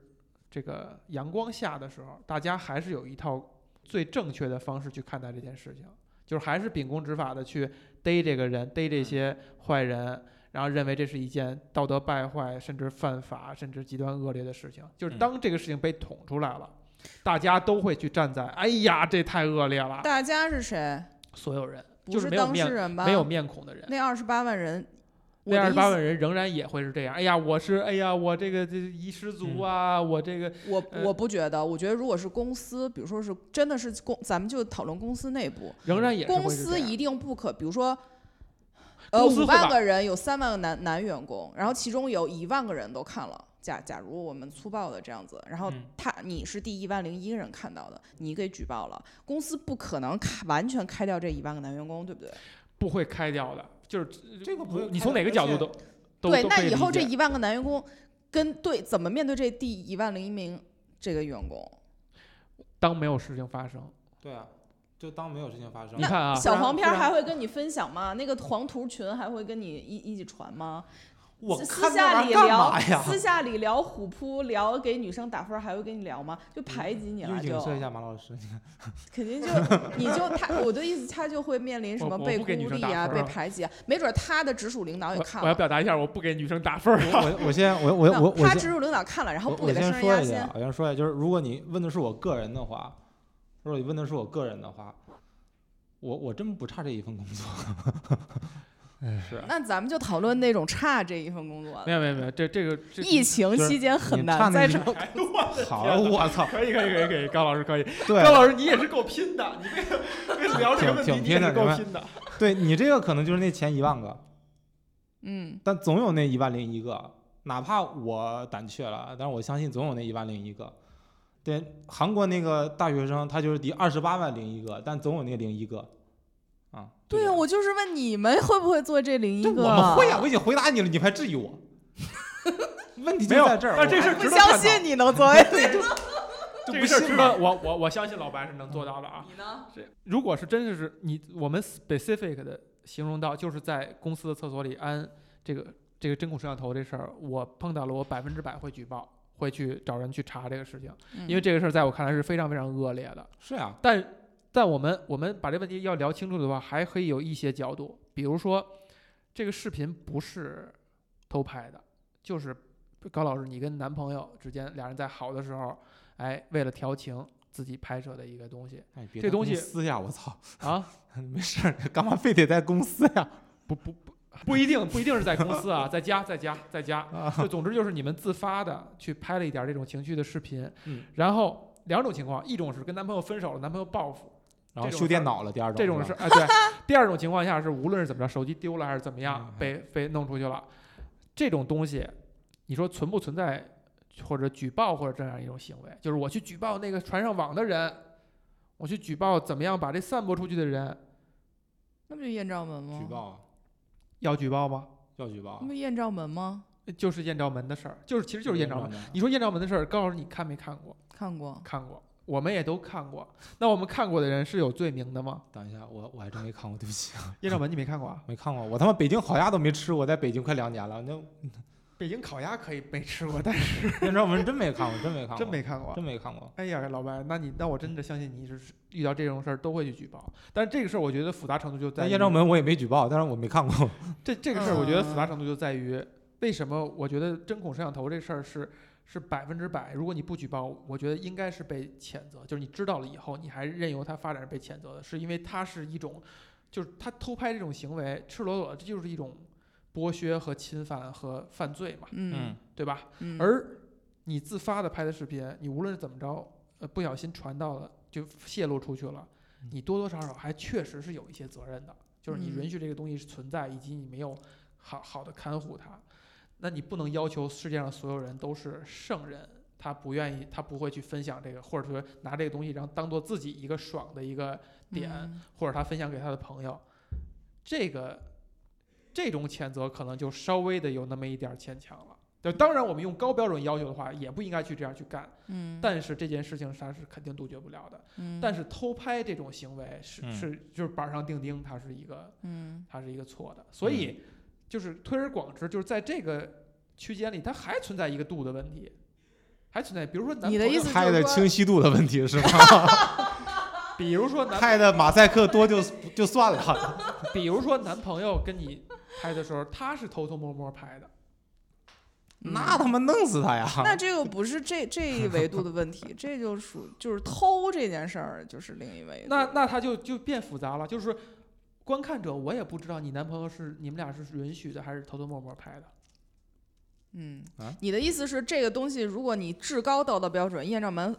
S1: 这个阳光下的时候，大家还是有一套最正确的方式去看待这件事情，就是还是秉公执法的去逮这个人，逮这些坏人。然后认为这是一件道德败坏，甚至犯法，甚至极端恶劣的事情。就是
S2: 嗯
S1: 当这个事情被捅出来了，大家都会去站在“哎呀，这太恶劣了
S3: 大家是谁？”
S1: 所有人，
S3: 不
S1: 啊就是
S3: 是
S1: 没有
S3: 当事
S1: 面
S3: 人吧？
S1: 没有面孔的人。
S3: 那二十八万人，我
S1: 那
S3: 的
S1: 二十
S3: 意
S1: 八
S3: 思
S1: 万人仍然也会是这样。哎呀，我是哎呀，我这个这一失
S2: 嗯
S1: 足啊，我这个
S3: 我
S1: 呃
S3: 我不觉得，我觉得如果是公司，比如说是真的是公，咱们就讨论公司内部，
S1: 仍然也是
S3: 公
S1: 会是这
S3: 司
S1: 样
S3: 一定不可，比如说。呃，
S1: 公司
S3: 五
S1: 会
S3: 万
S1: 把
S3: 个人有三万个男男员工，然后其中有一万个人都看了。假假如我们粗暴的这样子，然后
S2: 嗯
S3: 他你是第一万零一个人看到的，你给举报了，公司不可能开完全开掉这一万个男员工，对不对？
S1: 不会开掉的。
S2: 就是这个不
S1: 不
S2: 你从哪个角度都都
S3: 对，
S2: 都
S3: 那
S2: 可以
S3: 以后
S2: 理
S3: 这
S2: 解
S3: 一万个男员工跟对怎么面对这第一万零一名这个员工？
S1: 当没有事情发生，
S2: 对啊，就当没有事情发生
S1: 你。看啊，
S3: 小
S2: 然
S3: 黄片儿
S2: 不然
S3: 还会跟你分享吗？那个黄图群还会跟你一一起传吗？
S2: 我
S3: 私
S2: 看
S3: 私
S2: 那
S3: 下
S2: 玩
S3: 里
S2: 意儿干
S3: 聊
S2: 嘛呀？
S3: 私下里聊虎扑，聊给女生打分儿，还会跟你聊吗？就排挤你
S2: 又
S3: 了，
S2: 影
S3: 就
S2: 射一下马老师，你看
S3: 肯定就你就他，我的意思，他就会面临什
S1: 我
S3: 么
S1: 我
S3: 被
S1: 不
S3: 孤
S1: 给女生
S3: 立
S1: 打
S3: 啊，
S1: 分
S3: 被
S1: 儿啊
S3: 排挤啊，没准他的直属领导也
S1: 我
S3: 看啊
S1: 我要
S3: 了。
S1: 表达一下，我不给女生打分儿啊。
S2: 我我先我我
S3: 那
S2: 我我
S3: 他
S2: 先
S3: 直属领导看了，然后
S2: 我
S3: 不
S2: 我
S3: 给他
S2: 先
S3: 升
S2: 说
S3: 压
S2: 一
S3: 薪
S2: 下，，啊我先说一下，就是如果你问的是我个人的话，如果你问的是我个人的话，我我真不差这一份工作。是
S3: 那咱们就讨论那种差这一份工作
S1: 没
S3: 的。
S1: 有没有没有，这这个这
S3: 疫情
S2: 就是
S3: 期间
S2: 你差
S3: 很难
S2: 那
S3: 在
S2: 一
S3: 这
S2: 份好了，我 操，
S1: 可以可以可以可以，高老师可以，
S2: 对
S1: 高老师你也是够拼的，你为了为了聊这个问题，
S2: 挺挺
S1: 你也
S2: 拼的
S1: 是够
S2: 明白
S1: 拼的。
S2: 对你这个可能就是那前一万个，
S3: 嗯，
S2: 但总有那一万零一个，哪怕我胆怯了，但是我相信总有那一万零一个。对，韩国那个大学生他就是第二十八万零一个，但总有那零一个，啊，就
S3: 对
S2: 这
S3: 呀，
S2: 样
S3: 我就是问你们会不会做这零一
S2: 这
S3: 个？
S2: 我们会啊，我已经回答你了，你还质疑 我？问题就
S1: 没有
S2: 在这儿，
S1: 但
S2: 我
S1: 这事
S2: 还
S1: 儿值
S3: 不
S1: 得
S3: 相
S1: 探讨
S3: 信你 能做这
S2: 就
S1: 这
S2: 不
S1: 个事儿值
S2: 信
S1: 得
S2: 了。
S1: 我我我相信老白是能做到的啊。
S3: 你呢？
S1: 如果是真的是你我们 specific 的形容到，就是在公司的厕所里安这个这个针孔摄像头这事儿，我碰到了，我百分之百会举报，会去找人去查这个事情，
S3: 嗯
S1: 因为这个事儿在我看来是非常非常恶劣的。
S2: 是啊，
S1: 但在我们我们把这问题要聊清楚的话，还可以有一些角度，比如说这个视频不是偷拍的，就是高老师你跟男朋友之间俩人在好的时候，哎，为了调情自己拍摄的一个东西
S2: 哎，别
S1: 这
S2: 在
S1: 东西
S2: 公司呀，我操，
S1: 啊，
S2: 没事儿，干嘛非得在公司呀？
S1: 不不不。不一定，不一定是在公司啊，在家，在家，在家。
S2: 啊
S1: 就总之就是你们自发的去拍了一点这种情绪的视频，
S2: 嗯
S1: 然后两种情况，一种是跟男朋友分手了，男朋友报复，
S2: 然后
S1: 这种
S2: 修
S1: 事
S2: 电
S1: 儿
S2: 脑了，第二种
S1: 这种
S2: 是
S1: 是
S2: 吧
S1: 哎，对。第二种情况下是，无论是怎么着，手机丢了还是怎么样
S2: 嗯，
S1: 被被弄出去了，这种东西，你说存不存在，或者举报或者这样一种行为，就是我去举报那个传上网的人，我去举报怎么样把这散播出去的人，
S3: 嗯那不就艳照门吗？
S2: 举报啊，
S1: 要举报吗？
S2: 要举报啊
S3: 那，不艳照门吗？
S1: 就是艳照门的事儿，就是其实就是艳照门。
S2: 门。
S1: 你说艳照门的事儿，告诉你看没看过？
S3: 看过。
S1: 看过，我们也都看过。那我们看过的人是有罪名的吗？
S2: 等一下，我我还真没看过，对不起，
S1: 艳照门你没看过啊？
S2: 没看过，我他妈北京烤鸭都没吃，我在北京快两 年了，那
S1: 北京烤鸭可以没吃过，但是
S2: 艳照门真没看过，真没看过，
S1: 真没看过。
S2: 真没看过。
S1: 哎呀，老白，那你那我真的相信你是遇到这种事儿都会去举报，但是这个事儿我觉得复杂程度就在
S2: 但
S1: 于
S2: 艳照门我也没举报，但是我没看过。
S1: 这这个事儿，我觉得复杂
S3: 嗯
S1: 程度就在于为什么？我觉得针孔摄像头这事儿是是百分之百，如果你不举报，我觉得应该是被谴责，就是你知道了以后，你还任由它发展是被谴责的，是因为它是一种，就是他偷拍这种行为，赤裸裸的，这就是一种剥削和侵犯和犯罪嘛，
S3: 嗯，
S1: 对吧？
S3: 嗯
S1: 而你自发的拍的视频，你无论是怎么着，呃，不小心传到了，就泄露出去了
S2: 嗯，
S1: 你多多少少还确实是有一些责任的，就是你
S3: 嗯
S1: 允许这个东西存在，以及你没有好好的看护它。那你不能要求世界上所有人都是圣人，他不愿意，他不会去分享这个，或者说拿这个东西然后当做自己一个爽的一个点，
S3: 嗯
S1: 或者他分享给他的朋友，这个这种谴责可能就稍微的有那么一点儿牵强了。对，当然我们用高标准要求的话，也不应该去这样去干。
S3: 嗯，
S1: 但是这件事情它是肯定杜绝不了的。
S3: 嗯
S1: 但是偷拍这种行为是、
S2: 嗯
S1: 是就是板上钉钉，它是一个
S3: 嗯
S1: 它是一个错的。所以就是推而广之，就是在这个区间里，它还存在一个度的问题，还存在。比如说男
S3: 你的
S1: 朋友
S3: 意思
S2: 拍的清晰度的问题是吗？
S1: 比如说男，
S2: 拍的马赛克多就就算了。
S1: 比如说男朋友跟你拍的时候，他是偷偷摸摸拍的。嗯
S2: 那他妈弄死他呀！
S3: 那这个不是这这一维度的 问题，这就属就是偷这件事儿就是另一维度。
S1: 那那他就就变复杂了，就是说观看者我也不知道你男朋友是你们俩是允许的还是偷偷摸摸拍的。
S3: 嗯
S2: 啊，
S3: 你的意思是这个东西，如果你至高道德标准艳照门，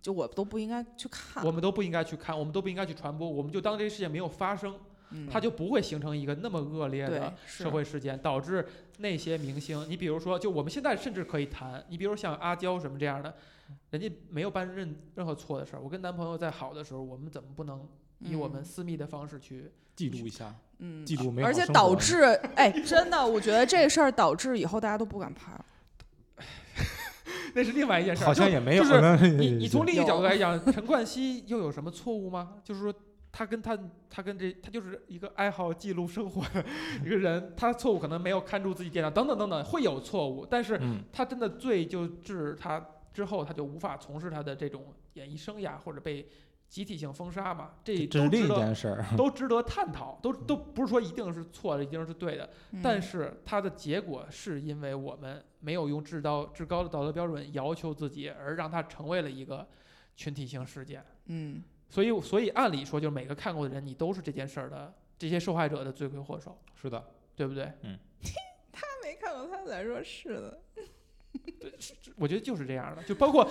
S3: 就我都不应该去看
S1: 我。们都不应该去看，我们都不应该去传播，我们就当这个事件没有发生，
S3: 嗯，
S1: 它就不会形成一个那么恶劣
S3: 对
S1: 的
S3: 是
S1: 社会事件，导致那些明星，你比如说，就我们现在甚至可以谈，你比如像阿娇什么这样的，人家没有办任任何错的事儿，我跟男朋友在好的时候，我们怎么不能以我们私密的方式去
S2: 记录一下，
S3: 嗯，
S2: 记录美好
S3: 而且
S2: 生
S3: 导
S2: 活
S3: 致，哎，真的，我觉得这事儿导致以后大家都不敢拍了。
S1: 那是另外一件事儿。
S2: 好像
S1: 就
S2: 也没有
S1: 就是
S2: 呢。
S1: 你你从另一个
S3: 有
S1: 角度来讲， 陈冠希又有什么错误吗？就是说，他跟他他跟这他就是一个爱好记录生活的 一个人，他错误可能没有看住自己电脑，等等等等，会有错误。但是
S2: 嗯，
S1: 他真的罪就致他之后，他就无法从事他的这种演艺生涯，或者被集体性封杀嘛？这
S2: 这
S1: 哎都值
S2: 是另一
S1: 得
S2: 件事儿。
S1: 都值得探讨，都都不是说一定是错的，一定是对的。
S3: 嗯
S1: 但是它的结果是因为我们没有用至高至高的道德标准要求自己，而让它成为了一个群体性事件。
S3: 嗯，
S1: 所以，所以按理说，就是每个看过的人，你都是这件事儿的这些受害者的罪魁祸首，
S2: 是的，
S1: 对不对？
S3: 他没看过，他才说是的。
S1: 我觉得就是这样的，就包 括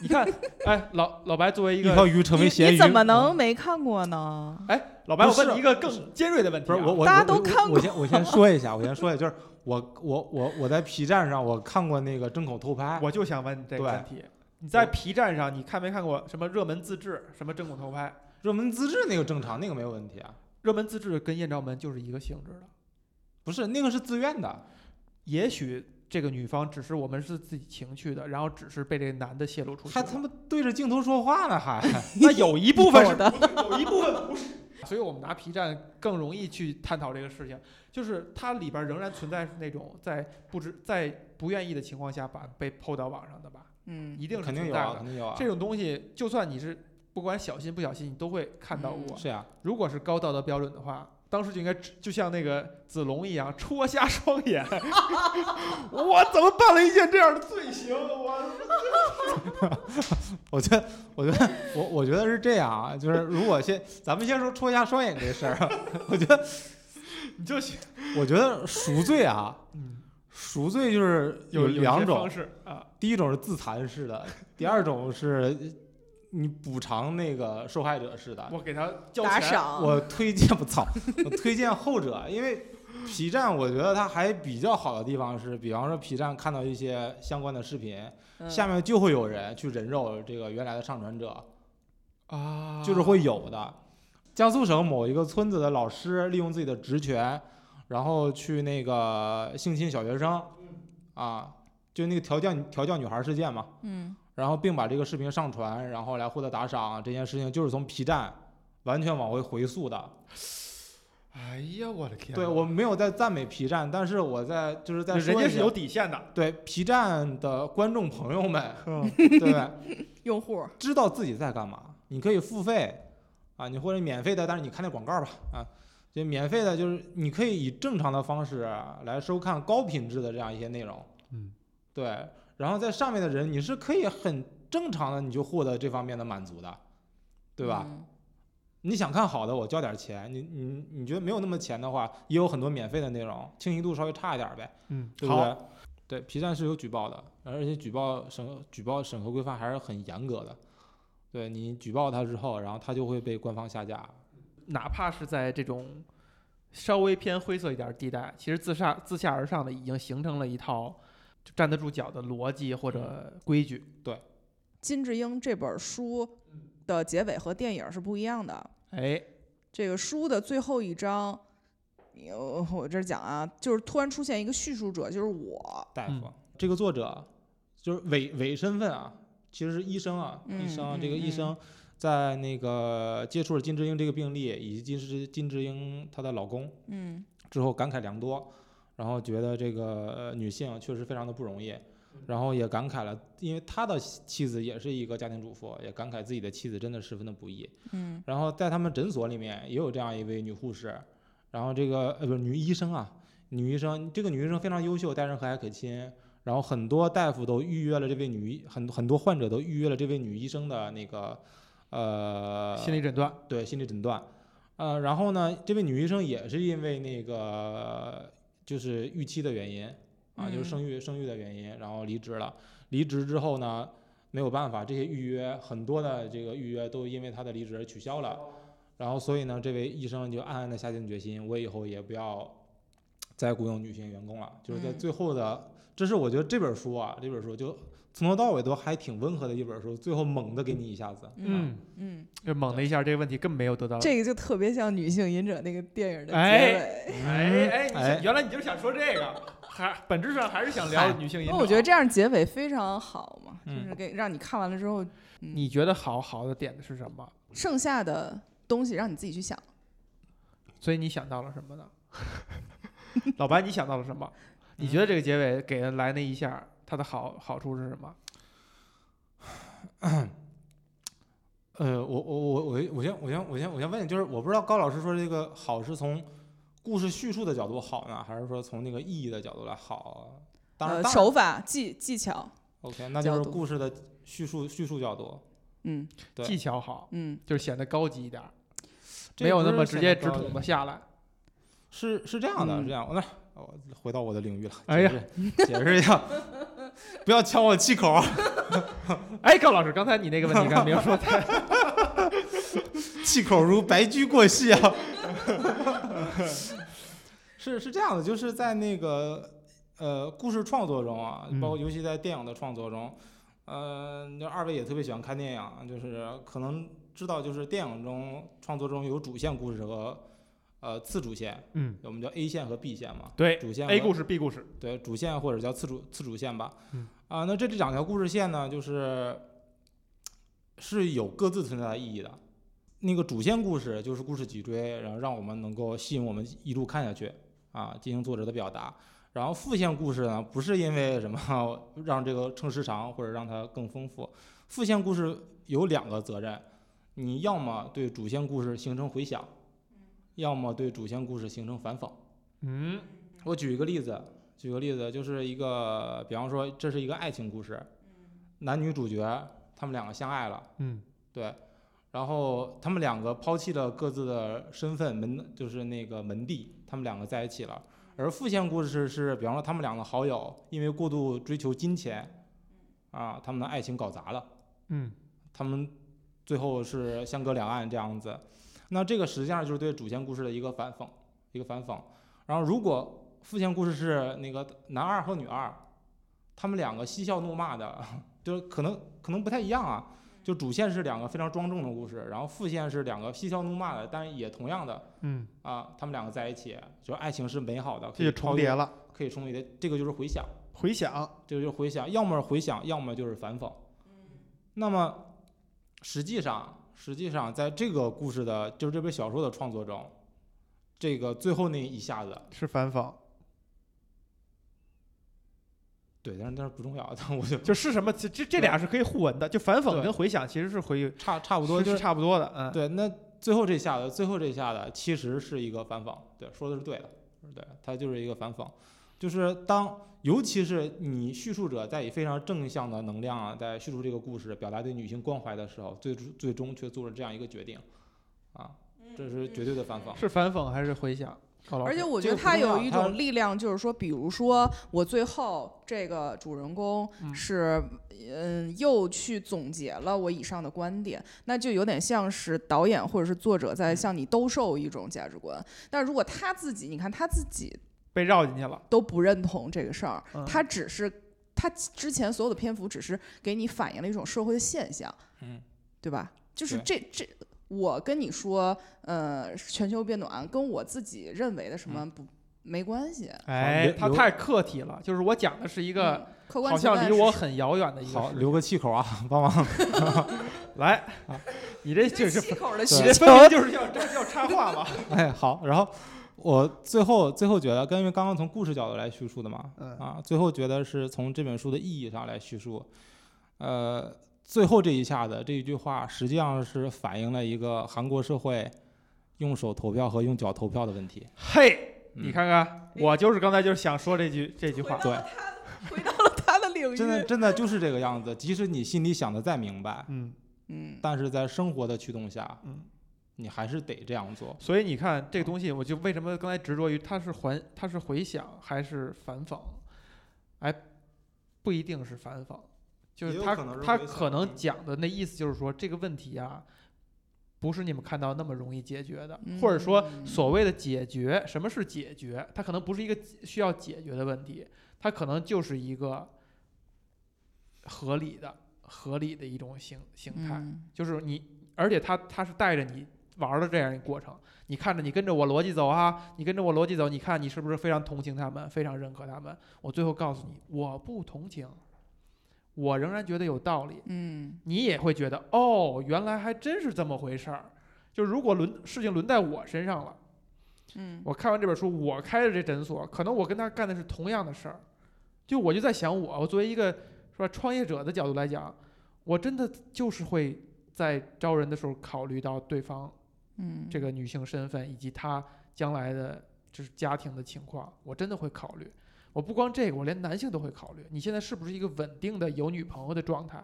S1: 你看，哎，老老白作为一
S2: 一
S1: 个
S2: 条鱼成为
S3: 你
S2: 咸鱼，
S3: 你怎么
S2: 嗯
S3: 能？没看过呢？
S1: 哎，老白，我
S2: 不是
S1: 问你一个更尖锐的问题、
S2: 不
S1: 啊，
S2: 是我我
S3: 大家
S2: 我
S3: 都
S2: 我
S3: 看
S2: 我先我先说一下，我先说一下，就是我我我我在 P 站上我看过那个真口偷拍，
S1: 我就想问这个
S2: 对
S1: 问题，你啊在 P 站上你看没看过什么热门自制，什么正骨头拍？
S2: 热门自制那个正常，那个没有问题啊。
S1: 热门自制跟艳照门就是一个性质的。
S2: 不是那个是自愿的，
S1: 也许这个女方只是我们是自己情绪的，然后只是被这个男的泄露出去
S2: 还
S1: 了。
S2: 他妈对着镜头说话 呢，还
S1: 那有一部分
S3: 有
S1: 是
S3: 的
S1: 不有一部分不是。所以我们拿皮站更容易去探讨这个事情，就是它里边仍然存在那种在不知在不愿意的情况下把被抛到网上的吧，
S3: 嗯，
S1: 一定是
S2: 肯定
S1: 存
S2: 有
S1: 在
S2: 啊，
S1: 的
S2: 肯。定有啊
S1: 这。种东西，就算你是不管小心不小心，你都会看到
S3: 嗯
S1: 过。
S2: 是呀，
S1: 如果是高道德标准的话，当时就应该就像那个子龙一样戳瞎双 眼， 我怎么办了一件这样的罪行？我
S2: 我觉得，我觉得，我我觉得是这样啊，就是如果先，咱们先说戳瞎双眼这事儿啊， 我觉得，
S1: 你就 行，
S2: 我觉得赎罪啊，
S1: 嗯，
S2: 赎罪就是
S1: 有有一些
S2: 两种
S1: 方，式啊，
S2: 第一种是自残式的，第二种是你补偿那个受害者式的。
S1: 我给他交
S3: 打
S1: 钱，
S3: 赏，
S2: 我推荐不操，我推荐后者，因为皮站我觉得它还比较好的地方是，比方说皮站看到一些相关的视频，
S3: 嗯
S2: 下面就会有人去人肉这个原来的上传者，
S1: 啊
S2: 就是会有的。江苏省某一个村子的老师利用自己的职权，然后去那个性侵小学生，啊，就那个调教调教女孩事件嘛，
S3: 嗯
S2: 然后并把这个视频上传，然后来获得打赏，这件事情就是从皮站完全往回回溯的。
S1: 哎呀，我的天，
S2: 对我没有在赞美皮站，但是我在就是在
S1: 人
S2: 说
S1: 家
S2: 一
S1: 是
S2: 下
S1: 有底线的，
S2: 对皮站的观众朋友们，
S1: 嗯
S2: 对不对？
S3: 用户，
S2: 知道自己在干嘛，你可以付费啊，你或者免费的，但是你看那广告吧啊，就免费的，就是你可以以正常的方式来收看高品质的这样一些内容，
S1: 嗯，
S2: 对，然后在上面的人你是可以很正常的你就获得这方面的满足的，对吧？
S3: 嗯？
S2: 你想看好的，我交点钱。你你你觉得没有那么钱的话，也有很多免费的内容，清晰度稍微差一点呗，对不
S1: 好，
S2: 对？对，P 站是有举报的，而且举报审举报审核规范还是很严格的。对你举报他之后，然后他就会被官方下架。
S1: 哪怕是在这种稍微偏灰色一点的地带，其实自下自下而上的已经形成了一套就站得住脚的逻辑或者规矩。
S3: 金智英这本书的结尾和电影是不一样的。
S1: 哎，
S3: 这个书的最后一章，有我这儿讲啊，就是突然出现一个叙述者，就是我。
S2: 大夫，
S1: 嗯
S2: 这个作者就是伪伪身份啊，其实是医生啊，
S3: 嗯
S2: 医生啊、
S3: 嗯
S2: 这个医生在那个接触了金智英这个病例，以及金智金智英她的老公，
S3: 嗯
S2: 之后感慨良多，然后觉得这个呃女性确实非常的不容易，然后也感慨了，因为他的妻子也是一个家庭主妇，也感慨自己的妻子真的十分的不易。
S3: 嗯
S2: 然后在他们诊所里面也有这样一位女护士，然后这个呃不是女医生啊，女医生这个女医生非常优秀，待人和蔼可亲。然后很多大夫都预约了这位女医，很很多患者都预约了这位女医生的那个，呃，
S1: 心理诊断，
S2: 对心理诊断。呃，然后呢，这位女医生也是因为那个就是预期的原因啊，就是
S3: 嗯
S2: 生育生育的原因，然后离职了。离职之后呢，没有办法，这些预约很多的这个预约都因为她的离职而取消了。然后所以呢，这位医生就暗暗的下定决心，我以后也不要再雇佣女性员工了，就是在
S3: 嗯
S2: 最后的这是我觉得这本书啊，这本书就从头到尾都还挺温和的一本书，最后猛的给你一下子，
S1: 嗯，
S3: 嗯，
S1: 这猛的一下，这个问题根本没有得到。
S3: 这个就特别像《女性隐者》那个电影的结
S1: 哎
S3: 尾。
S1: 哎哎，你
S2: 哎
S1: 想原来你就是想说这个，还本质上还是想聊
S2: 嗨
S1: 女性引
S3: 因
S1: 导。
S3: 为我觉得这样结尾非常好嘛，就
S2: 嗯
S3: 是给让你看完了之后，
S1: 你觉得好好的点的是什么？
S3: 剩下的东西让你自己去想。
S1: 所以你想到了什么 呢？老白，你想到了什么？你觉得这个结尾给人来那一下，它的好好处是什么？
S2: 呃，我我我我我先我先我先我先问，就是我不知道高老师说这个好是从故事叙述的角度好呢，还是说从那个意义的角度来好？啊当然，
S3: 呃，
S2: 当然
S3: 手法技技巧，
S2: OK，那就
S3: 角
S2: 是
S3: 度
S2: 故事的叙述叙述角度，
S3: 嗯
S2: 对
S1: 技巧好，
S3: 嗯，
S1: 就是显得高级一点儿，
S2: 这
S1: 没有
S2: 不
S1: 那
S2: 是
S1: 么直
S2: 显
S1: 接
S2: 得
S1: 直
S2: 高
S1: 筒的下来。
S2: 是是这样的，
S3: 嗯
S2: 是这样。那我回到我的领域了，
S1: 哎呀
S2: 解释，解释一下， 不要抢我气口啊。
S1: 哎，高老师，刚才你那个问题看没有说太
S2: 气口如白驹过隙啊。 是是这样的，就是在那个呃故事创作中啊，包括尤其在电影的创作中，呃，那二位也特别喜欢看电影，就是可能知道，就是电影中创作中有主线故事和呃次主线，
S1: 嗯，
S2: 我们叫 A 线和 B 线嘛。
S1: 对
S2: 主线
S1: ，A
S2: 和
S1: 故事 B 故事，
S2: 对主线或者叫次主次主线吧。
S1: 嗯
S2: 啊，那这这两条故事线呢，就是是有各自存在的意义的。那个主线故事就是故事脊椎，然后让我们能够吸引我们一路看下去啊，进行作者的表达。然后副线故事呢，不是因为什么让这个撑时长或者让它更丰富，副线故事有两个责任，你要么对主线故事形成回响，要么对主线故事形成反讽。
S1: 嗯
S2: 我举一个例子，举个例子，就是一个，比方说这是一个爱情故事，男女主角他们两个相爱了，
S1: 嗯
S2: 对，然后他们两个抛弃了各自的身份门，就是那个门第，他们两个在一起了。而副线故事是，比方说他们两个好友因为过度追求金钱，啊，他们的爱情搞砸了。
S1: 嗯
S2: 他们最后是相隔两岸这样子。那这个实际上就是对主线故事的一个反讽，一个反讽。然后如果副线故事是那个男二和女二，他们两个嬉笑怒骂的，就是可能可能不太一样啊。就主线是两个非常庄重的故事，然后副线是两个嬉笑怒骂的，但是也同样的
S1: 嗯，
S2: 啊，他们两个在一起，就是爱情是美好的，可
S1: 这
S2: 以
S1: 就
S2: 超
S1: 重叠
S2: 越，
S1: 了。
S2: 可以重叠的，这个就是回响。
S1: 回想，
S2: 这个就是回响，要么是回响，要么就是反讽。那么实际上，实际上在这个故事的，就是这本小说的创作中，这个最后那一下子，
S1: 是反讽，
S2: 对，但是但是不重要，但我就
S1: 就是什么？这这这俩是可以互文的，就反讽
S2: 对
S1: 跟回想其实是回
S2: 差差
S1: 差
S2: 不多就是是
S1: 差不多的。嗯，
S2: 对。那最后这下子，最后这下子其实是一个反讽，对，说的是对的，说的是对的，它就是一个反讽，就是当。尤其是你叙述者在以非常正向的能量啊，在叙述这个故事，表达对女性关怀的时候，最终最终却做了这样一个决定，啊，这是绝对的反讽。
S1: 是反讽还是回想？高老师
S3: 而且我
S2: 这
S3: 觉
S2: 个
S3: 得
S2: 不
S3: 它
S2: 重要
S3: 有一
S2: 它
S3: 种力量，就是说，比如说我最后这个主人公
S1: 嗯
S3: 是，嗯，又去总结了我以上的观点，那就有点像是导演或者是作
S2: 嗯
S3: 者在向你兜售一种价值观。但如果他自己，你看他自己
S1: 被绕进去了。
S3: 都不认同这个事儿，
S1: 嗯
S3: 他只是他之前所有的篇幅只是给你反映了一种社会的现象，
S2: 嗯，
S3: 对吧？就是这这，我跟你说，呃，全球变暖跟我自己认为的
S1: 嗯
S3: 什么不、没关系。
S1: 哎，
S2: 留
S1: 他太客体了，就是我讲的是一个
S3: 嗯客观
S1: 好
S3: 存
S1: 像
S3: 在
S1: 离我
S3: 是
S1: 很遥远的一个
S2: 好，
S1: 事
S2: 留个气口啊，帮忙。
S1: 来，啊你这就
S3: 这
S1: 是
S3: 气口的
S1: 你
S3: 需
S1: 这
S3: 求，
S1: 分明 就是要要插话嘛。
S2: 哎，好。然后我最后最后觉得，跟因为刚刚从故事角度来叙述的嘛，
S1: 嗯
S2: 啊，最后觉得是从这本书的意义上来叙述。呃，最后这一下子这一句话，实际上是反映了一个韩国社会用手投票和用脚投票的问题。
S1: 嘿，
S2: 嗯
S1: 你看看，我就是刚才就是想说这句这句话。
S2: 对，
S3: 回到了他的领域。
S2: 真的真的就是这个样子。即使你心里想的再明白，
S1: 嗯，
S3: 嗯，
S2: 但是在生活的驱动下，
S1: 嗯
S2: 你还是得这样做。
S1: 所以你看这个东西，我就为什么刚才执着于它是还它是回想还是反讽？哎，不一定是反讽，就
S2: 也
S1: 是
S2: 有
S1: 他
S2: 可能是
S1: 他
S2: 回想
S1: 可能
S2: 嗯
S1: 讲的那意思就是说这个问题啊，不是你们看到那么容易解决的，
S3: 嗯
S1: 或者说所谓的解决，什么是解决？它可能不是一个需要解决的问题，它可能就是一个合理的、合理的一种形形态，
S3: 嗯
S1: 就是你，而且它它是带着你玩儿的这样一个过程，你看着你跟着我逻辑走啊，你跟着我逻辑走，你看你是不是非常同情他们，非常认可他们？我最后告诉你，我不同情，我仍然觉得有道理，
S3: 嗯
S1: 你也会觉得哦，原来还真是这么回事儿。就如果轮事情轮在我身上了，
S3: 嗯
S1: 我看完这本书，我开的这诊所，可能我跟他干的是同样的事儿，就我就在想我，我作为一个是吧创业者的角度来讲，我真的就是会在招人的时候考虑到对方
S3: 嗯，
S1: 这个女性身份以及她将来的就是家庭的情况，我真的会考虑。我不光这个，我连男性都会考虑。你现在是不是一个稳定的有女朋友的状态，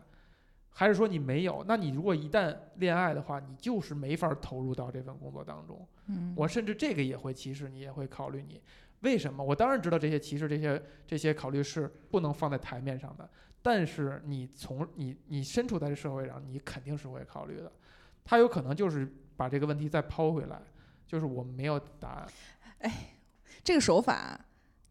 S1: 还是说你没有？那你如果一旦恋爱的话，你就是没法投入到这份工作当中。
S3: 嗯
S1: 我甚至这个也会歧视你，也会考虑你。为什么？我当然知道这些歧视、这些这些考虑是不能放在台面上的，但是你从你你身处在这社会上，你肯定是会考虑的。他有可能就是把这个问题再抛回来，就是我没有答案。
S3: 这个手法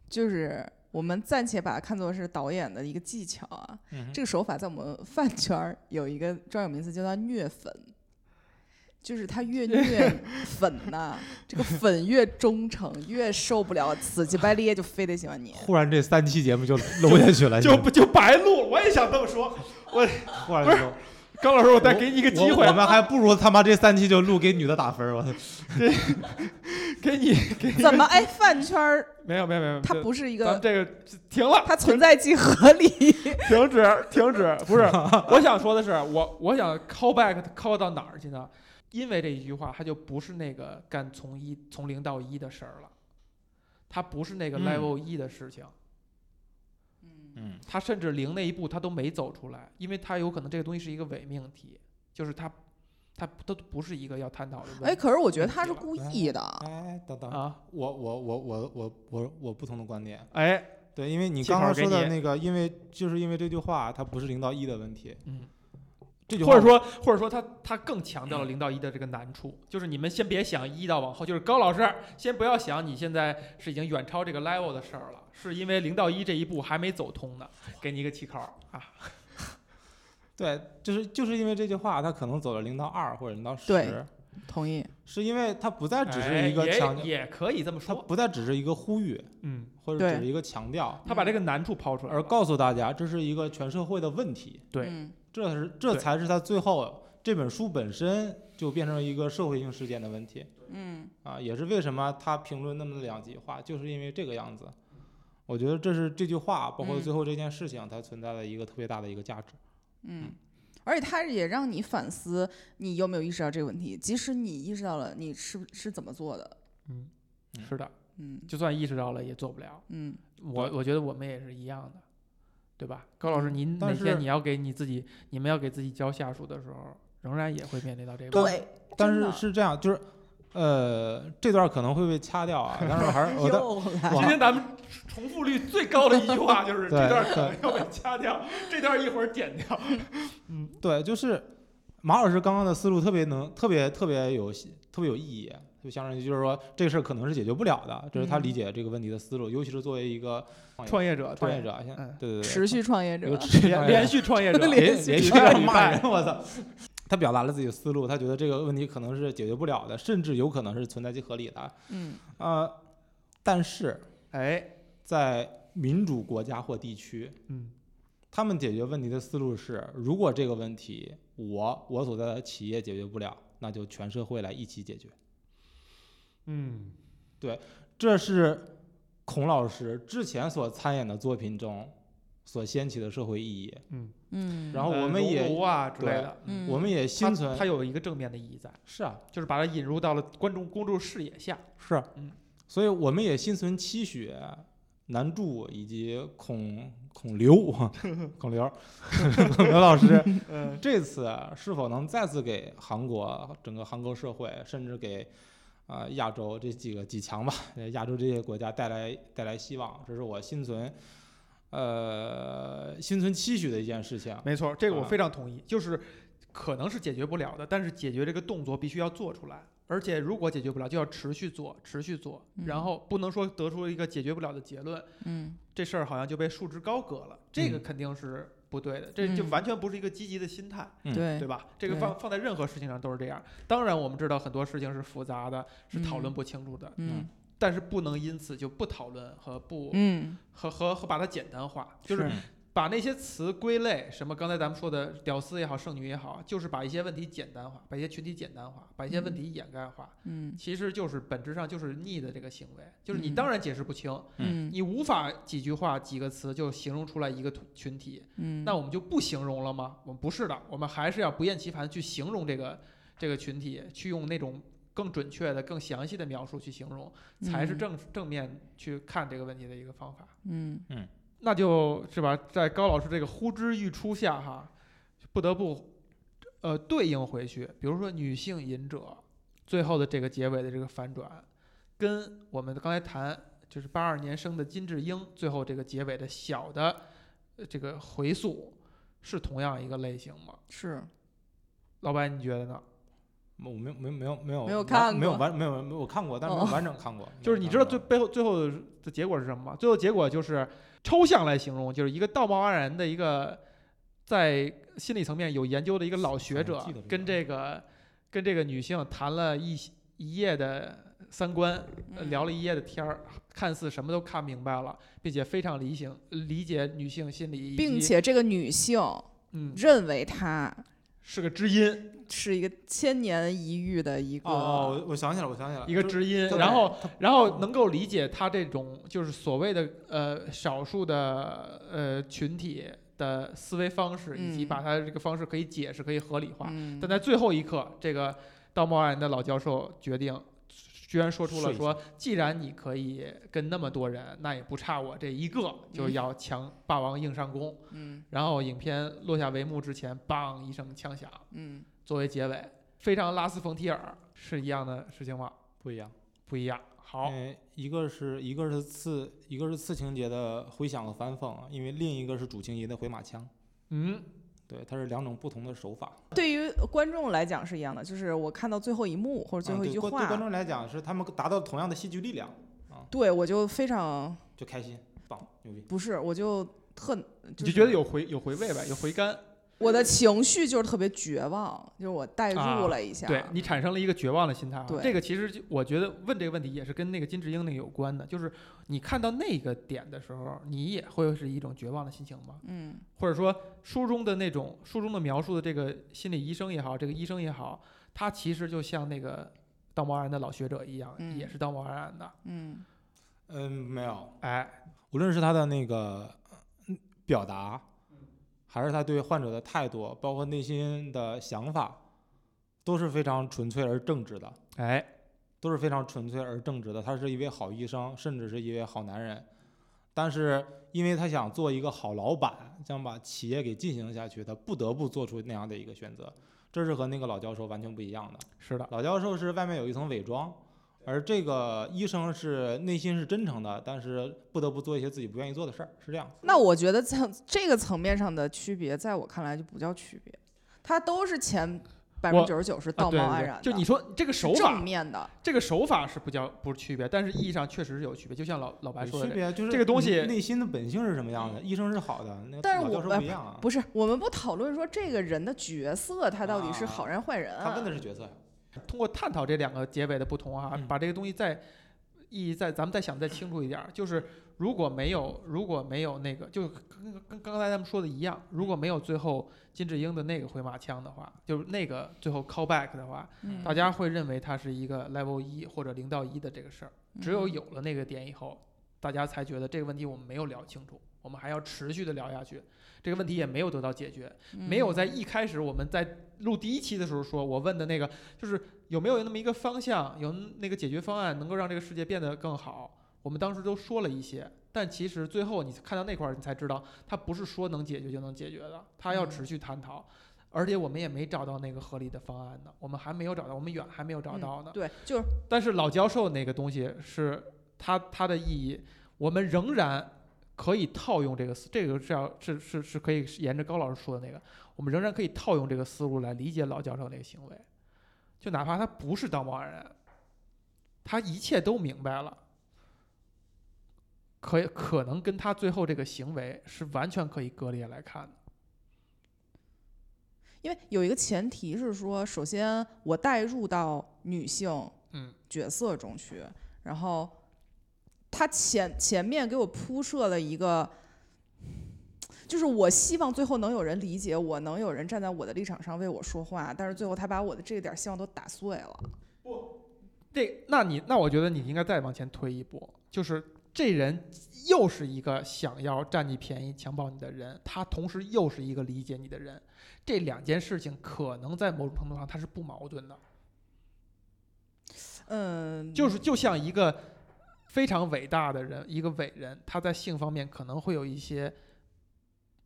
S3: 就是我们暂且把它看作是导演的一个技巧啊。
S2: 嗯哼
S3: 这个手法在我们饭圈儿有一个专有名词，叫它虐粉。就是他越虐粉呐、这个粉越忠诚，越受不了死乞白咧，就非得喜欢你。
S2: 忽然这三期节目 就搂下去了，
S1: 就
S2: 哎你
S1: 不就白录了，我也想这么说。
S2: 忽然
S1: 不是
S2: 就
S1: 高老师，我再给你一个 机
S2: 我
S1: 会
S2: 我，们还不如他妈这三期就录给女的打分儿，我操！
S1: 给你给你
S3: 怎么哎，饭圈儿
S1: 没有没有没有没有，
S3: 它不是一
S1: 咱们
S3: 个，
S1: 这个停了，
S3: 它存在即合理。
S1: 停止，停止，不是，我想说的是，我我想 call back call 到哪儿去呢？因为这一句话，它就不是那个干从一从零到一的事儿了，它不是那个
S2: 嗯
S1: level 一的事情，
S2: 嗯
S1: 它甚至零那一步它都没走出来，因为它有可能这个东西是一个伪命题，就是它它它不是一个要探讨的
S3: 哎，
S1: 问题
S3: 可是我觉得他是故意的。
S2: 哎，等等，
S1: 啊，
S2: 我我我我我我我不同的观点，
S1: 哎，
S2: 对，因为你
S1: 气泡
S2: 刚刚
S1: 给
S2: 说的
S1: 你
S2: 那个，因为就是因为这句话，它不是零到一的问题，
S1: 嗯，
S2: 这句话
S1: 或者说或者说它它更强调了零到一的这个难处，就是你们先别想一到往后，就是高老师先不要想你现在是已经远超这个 level 的事儿了，是因为零到一这一步还没走通呢，给你一个气口儿啊，
S2: 对，就是就是因为这句话，它可能走了零到二或者零到
S3: 对
S2: 十，
S3: 同意。
S2: 是因为它不再只
S1: 哎
S2: 是一个强
S1: 也，也可以这么
S2: 它
S1: 说，
S2: 不再只是一个呼吁，
S1: 嗯，
S2: 或者
S3: 对
S2: 只是一个强调，
S1: 他把这个难处抛出来了，
S2: 而告诉大家这是一个全社会的问题，
S1: 对
S3: 嗯
S2: 这是这
S1: 对
S2: 才是它最后这本书本身就变成一个社会性事件的问题。
S3: 嗯
S2: 啊，也是为什么他评论那么两极化，就是因为这个样子。我觉得这是这句话，包括
S3: 嗯
S2: 最后这件事情，它存在的一个特别大的一个价值。
S3: 嗯。而且他也让你反思，你有没有意识到这个问题？即使你意识到了，你是是怎么做的？
S1: 嗯，
S2: 嗯
S1: 是的，
S3: 嗯
S1: 就算意识到了也做不了，
S3: 嗯，
S1: 我我觉得我们也是一样的，对吧？高老师，您哪
S2: 但
S1: 天
S2: 是
S1: 你要给你自己，你们要给自己教下属的时候，仍然也会面临到这个问题。
S3: 对。
S2: 但
S3: 真
S2: 是
S3: 的
S2: 是这样，就是，呃，这段可能会被掐掉啊，但是我还是我的
S3: 又来
S1: 今
S2: 哇
S1: 天咱们重复率最高的一句话就是
S2: 对
S1: 这段可能要被掐掉，这段一会儿剪掉。
S2: 对，就是马老师刚刚的思路特别能，特别特别有戏特别有意义。就相当于就是说，这个事儿可能是解决不了的，这是他
S3: 嗯
S2: 理解这个问题的思路，尤其是作为一个
S1: 创业者，
S2: 创业，者，现
S1: 嗯
S2: 对对对，
S3: 持续创业
S2: 一个
S3: 者，，
S2: 持续创
S1: 连
S2: 业者
S1: 连续创业者
S2: 连
S3: 连续
S2: 续
S1: 这个礼
S2: 骂
S1: 拜
S2: 人，我操！他表达了自己的思路，他觉得这个问题可能是解决不了的，甚至有可能是存在即合理的。
S3: 嗯
S2: 呃，但是
S1: 哎，
S2: 在民主国家或地区，
S1: 嗯
S2: 他们解决问题的思路是：如果这个问题我我所在的企业解决不了，那就全社会来一起解决。
S1: 嗯，
S2: 这是孔老师之前所参演的作品中所掀起的社会意义。
S3: 嗯，
S2: 然后我
S1: 呃
S2: 们
S1: 熔
S2: 也
S1: 炉啊之类的，
S3: 嗯
S2: 我们也
S1: 它
S2: 心存
S1: 它有一个正面的意义在，
S2: 是啊，
S1: 就是把它引入到了观众公众视野下。
S2: 是，啊
S1: 嗯，
S2: 所以我们也心存期许，南柱以及孔孔刘 孔刘孔刘老师
S1: 嗯
S2: 这次是否能再次给韩国整个韩国社会，甚至给啊、呃亚洲这几个几强吧，呃亚洲这些国家带来带来希望，这是我心存呃心存期许的一件事情。嗯
S1: 没错，这个我
S2: 啊
S1: 非常同意，就是可能是解决不了的，但是解决这个动作必须要做出来。而且如果解决不了，就要持续做，持续做，然
S3: 嗯
S1: 后不能说得出一个解决不了的结论，
S3: 嗯
S1: 这事儿好像就被束之高阁了，这个
S2: 嗯
S1: 肯定是不对的，这就
S3: 嗯
S1: 完全不是一个积极的心态。
S2: 嗯
S3: 对
S1: 对吧？这个
S3: 对
S1: 放放在任何事情上都是这样。当然，我们知道很多事情是复杂的，是讨论
S3: 嗯
S1: 不清楚的，
S3: 嗯
S1: 但是不能因此就不讨论和不、
S3: 嗯
S1: 和和和把它简单化，就是
S2: 是
S1: 把那些词归类，什么刚才咱们说的屌丝也好，剩女也好，就是把一些问题简单化，把一些群体简单化，把一些问题掩盖化，
S3: 嗯
S1: 其实就是本质上就是逆的这个行为，就是你
S3: 嗯
S1: 当然解释不清，
S3: 嗯
S1: 你无法几句话几个词就形容出来一个群体，
S3: 嗯，
S1: 那我们就不形容了吗？我们不是的，我们还是要不厌其烦地去形容这个这个群体，去用那种更准确的、更详细的描述去形容，才是
S3: 嗯
S1: 正正面去看这个问题的一个方法。
S3: 嗯
S1: 那就是吧，在高老师这个呼之欲出下，哈，不得不呃对应回去。比如说女性隐者最后的这个结尾的这个反转，跟我们刚才谈就是八二年生的金智英最后这个结尾的小的呃这个回溯是同样一个类型吗？
S3: 是
S1: 老白，你觉得呢？
S2: 我没有没有没有没有
S3: 没有
S2: 完
S3: 看
S2: 没有
S3: 过
S2: 完没有没有看过，但是没有
S3: 哦
S2: 完整看过。
S1: 就是你知道最
S2: 嗯
S1: 背后最后的结果是什么吗？最后结果就是抽象来形容，就是一个道貌岸然的一个在心理层面有研究的一个老学者
S2: 记得这，个
S1: 跟这个跟这个女性谈了一一夜的三观，呃
S3: 嗯
S1: 聊了一夜的天儿，看似什么都看明白了，并且非常理性理解女性心理以及，
S3: 并且这个女性
S1: 嗯
S3: 认为她
S1: 是个知音，
S3: 是一个千年一遇的一
S2: 哦哦，
S3: 个，
S2: 我我想起来，我想起来，
S1: 一个
S2: 就是
S1: 知音，
S2: 对
S1: 然后
S2: 他嗯
S1: 然后能够理解他这种就是所谓的呃少数的呃群体的思维方式，以及
S3: 嗯
S1: 把他这个方式可以解释、可以合理化。
S3: 嗯
S1: 但在最后一刻，这个道貌岸然的老教授决定，居然说出了
S2: 睡
S1: 说，既然你可以跟那么多人，那也不差我这一个，就是
S3: 嗯
S1: 要强霸王硬上弓。
S3: 嗯
S1: 然后影片落下帷幕之前，梆一声枪响
S3: 嗯
S1: 作为结尾，非常拉斯冯提尔是一样的事情吗？
S2: 不一样。
S1: 不一样。好，
S2: 嗯，一个是一个是次一个是次情节的回响和反讽，因为另一个是主情节的回马枪，
S1: 嗯。
S2: 对，它是两种不同的手法。
S3: 对于观众来讲是一样的，就是我看到最后一幕或者最
S2: 啊
S3: 后一
S2: 对
S3: 句
S2: 观对观
S3: 话，
S2: 众来讲是他们达到同样的戏剧力量，
S3: 对我就非常
S2: 就开心，棒，牛逼。
S3: 不是，我就特
S1: 嗯你就
S3: 是
S1: 觉得有回有回味吧，有回甘，
S3: 我的情绪就是特别绝望，就是我代
S1: 啊
S3: 入了一下，
S1: 对你产生了一个绝望的心态啊。
S3: 对
S1: 这个其实就我觉得问这个问题也是跟那个金智英那个有关的，就是你看到那个点的时候，你也会是一种绝望的心情吗？
S3: 嗯
S1: 或者说书中的那种书中的描述的这个心理医生也好，这个医生也好，他其实就像那个道貌岸然的老学者一样，
S3: 嗯
S1: 也是道貌岸然的。
S3: 嗯
S2: 嗯，没有，
S1: 哎，
S2: 无论是他的那个嗯表达，还是他对患者的态度，包括内心的想法，都是非常纯粹而正直的，
S1: 哎，
S2: 都是非常纯粹而正直的。他是一位好医生，甚至是一位好男人。但是，因为他想做一个好老板，想把企业给进行下去，他不得不做出那样的一个选择，这是和那个老教授完全不一样的。
S1: 是的，
S2: 老教授是外面有一层伪装，而这个医生是内心是真诚的，但是不得不做一些自己不愿意做的事儿，是这样。
S3: 那我觉得层这个层面上的区别，在我看来就不叫区别，它都是前百分
S1: 我
S3: 之九十九是
S1: 啊
S3: 道
S1: 对
S3: 貌
S1: 对
S3: 岸
S1: 对
S3: 然的，
S1: 就你说这个手
S3: 正
S1: 法，啊
S3: 面的，
S1: 这个手法是不叫不是区别，但是意义上确实是有区别。就像老老白
S2: 有
S1: 说的
S2: 区，别就是
S1: 这个东
S2: 你
S1: 西
S2: 内心的本性是什么样的？医生是好的，那
S3: 嗯但是
S2: 个老
S3: 我
S2: 教授
S3: 们
S2: 不一样啊。
S3: 不是我们不讨论说这个人的角色他到底是
S2: 啊
S3: 好人坏人、
S2: 他问的是角色呀，
S1: 通过探讨这两个结尾的不同啊，
S2: 嗯
S1: 把这个东西再意义再咱们再想再清楚一点儿，就是如果没有如果没有那个，就跟跟刚才咱们说的一样，如果没有最后金智英的那个回马枪的话，就是那个最后 callback 的话，
S3: 嗯
S1: 大家会认为它是一个 level 一或者零到一的这个事儿。
S2: 嗯
S1: 只
S3: 嗯
S1: 有有了那个点以后，大家才觉得这个问题我们没有聊清楚，我们还要持续的聊下去，这个问题也没有得到解决。
S3: 嗯
S1: 没有在一开始我们在录第一期的时候说，我问的那个就是有没有那么一个方向，有那个解决方案能够让这个世界变得更好。我们当时都说了一些，但其实最后你看到那块儿，你才知道它不是说能解决就能解决的，它要
S3: 嗯
S1: 持续探讨。而且我们也没找到那个合理的方案呢，我们还没有找到，我们远还没有找
S3: 嗯
S1: 到呢。
S3: 对，就是
S1: 但是老教授那个东西是它它的意义，我们仍然可以套用这个思，这个是要是是是可以沿着高老师说的那个，我们仍然可以套用这个思路来理解老教授那个行为。就哪怕他不是当贸然人，他一切都明白了，可可能跟他最后这个行为是完全可以割裂来看的。
S3: 因为有一个前提是说，首先我带入到女性
S1: 嗯
S3: 角色中去，然后他前前面给我铺设了一个，就是我希望最后能有人理解我，能有人站在我的立场上为我说话，但是最后他把我的这点希望都打碎了。
S1: 这，那你那我觉得你应该再往前推一步，就是这人又是一个想要占你便宜、强暴你的人，他同时又是一个理解你的人，这两件事情可能在某种程度上它是不矛盾的，
S3: 嗯，
S1: 就是就像一个非常伟大的人，一个伟人，他在性方面可能会有一些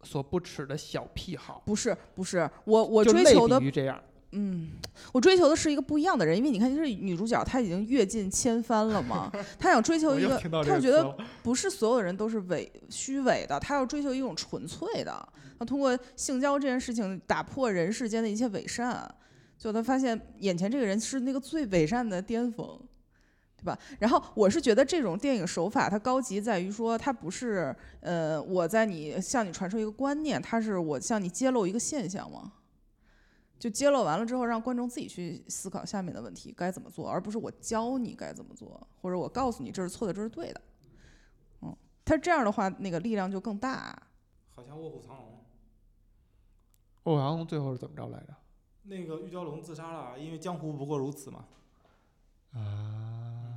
S1: 所不耻的小癖好，
S3: 不是不是，我我
S1: 就
S3: 追
S1: 类
S3: 求的
S1: 比于这样，
S3: 嗯，我追求的是一个不一样的人，因为你看，就是女主角她已经阅尽千帆了 嘛，她想追求
S1: 我
S3: 一
S1: 又
S3: 个，
S1: 听到
S3: 她
S1: 这个
S3: 觉
S1: 词
S3: 得
S1: 了
S3: 不是所有人都是伪虚伪的，她要追求一种纯粹的，她通过性交这件事情打破人世间的一切伪善，就她发现眼前这个人是那个最伪善的巅峰。对吧？然后我是觉得这种电影手法，它高级在于说，它不是呃，我在你向你传授一个观念，它是我向你揭露一个现象嘛。就揭露完了之后，让观众自己去思考下面的问题该怎么做，而不是我教你该怎么做，或者我告诉你这是错的，这是对的。嗯，他这样的话，那个力量就更大。
S2: 好像卧虎藏龙。
S1: 欧阳龙最后是怎么着来着？
S2: 那个玉娇龙自杀了，因为江湖不过如此嘛。
S1: 啊，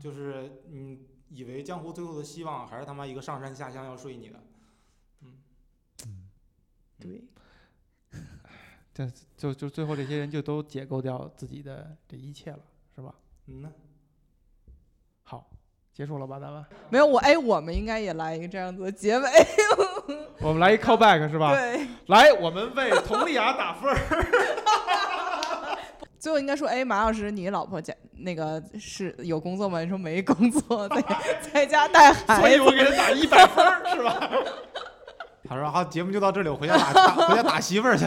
S2: 就是你以为江湖最后的希望还是他妈一个上山下乡要睡你的，
S3: 对，
S1: 就就最后这些人就都解构掉自己的这一切了，是吧？
S2: 嗯呢？
S1: 好，结束了吧，咱们，
S3: 没有我，哎，我们应该也来一个这样子的结尾。
S1: 我们来一 callback 是吧？
S3: 对，
S1: 来，我们为佟丽娅打分儿。
S3: 最后应该说，哎，马老师，你老婆家那个是有工作吗？你说没工作，在在家带
S1: 所
S3: 孩
S1: 以
S3: 子。
S1: 我给他打一百分儿，是吧？
S2: 他说好，节目就到这里，我回家打打回家打媳妇儿去。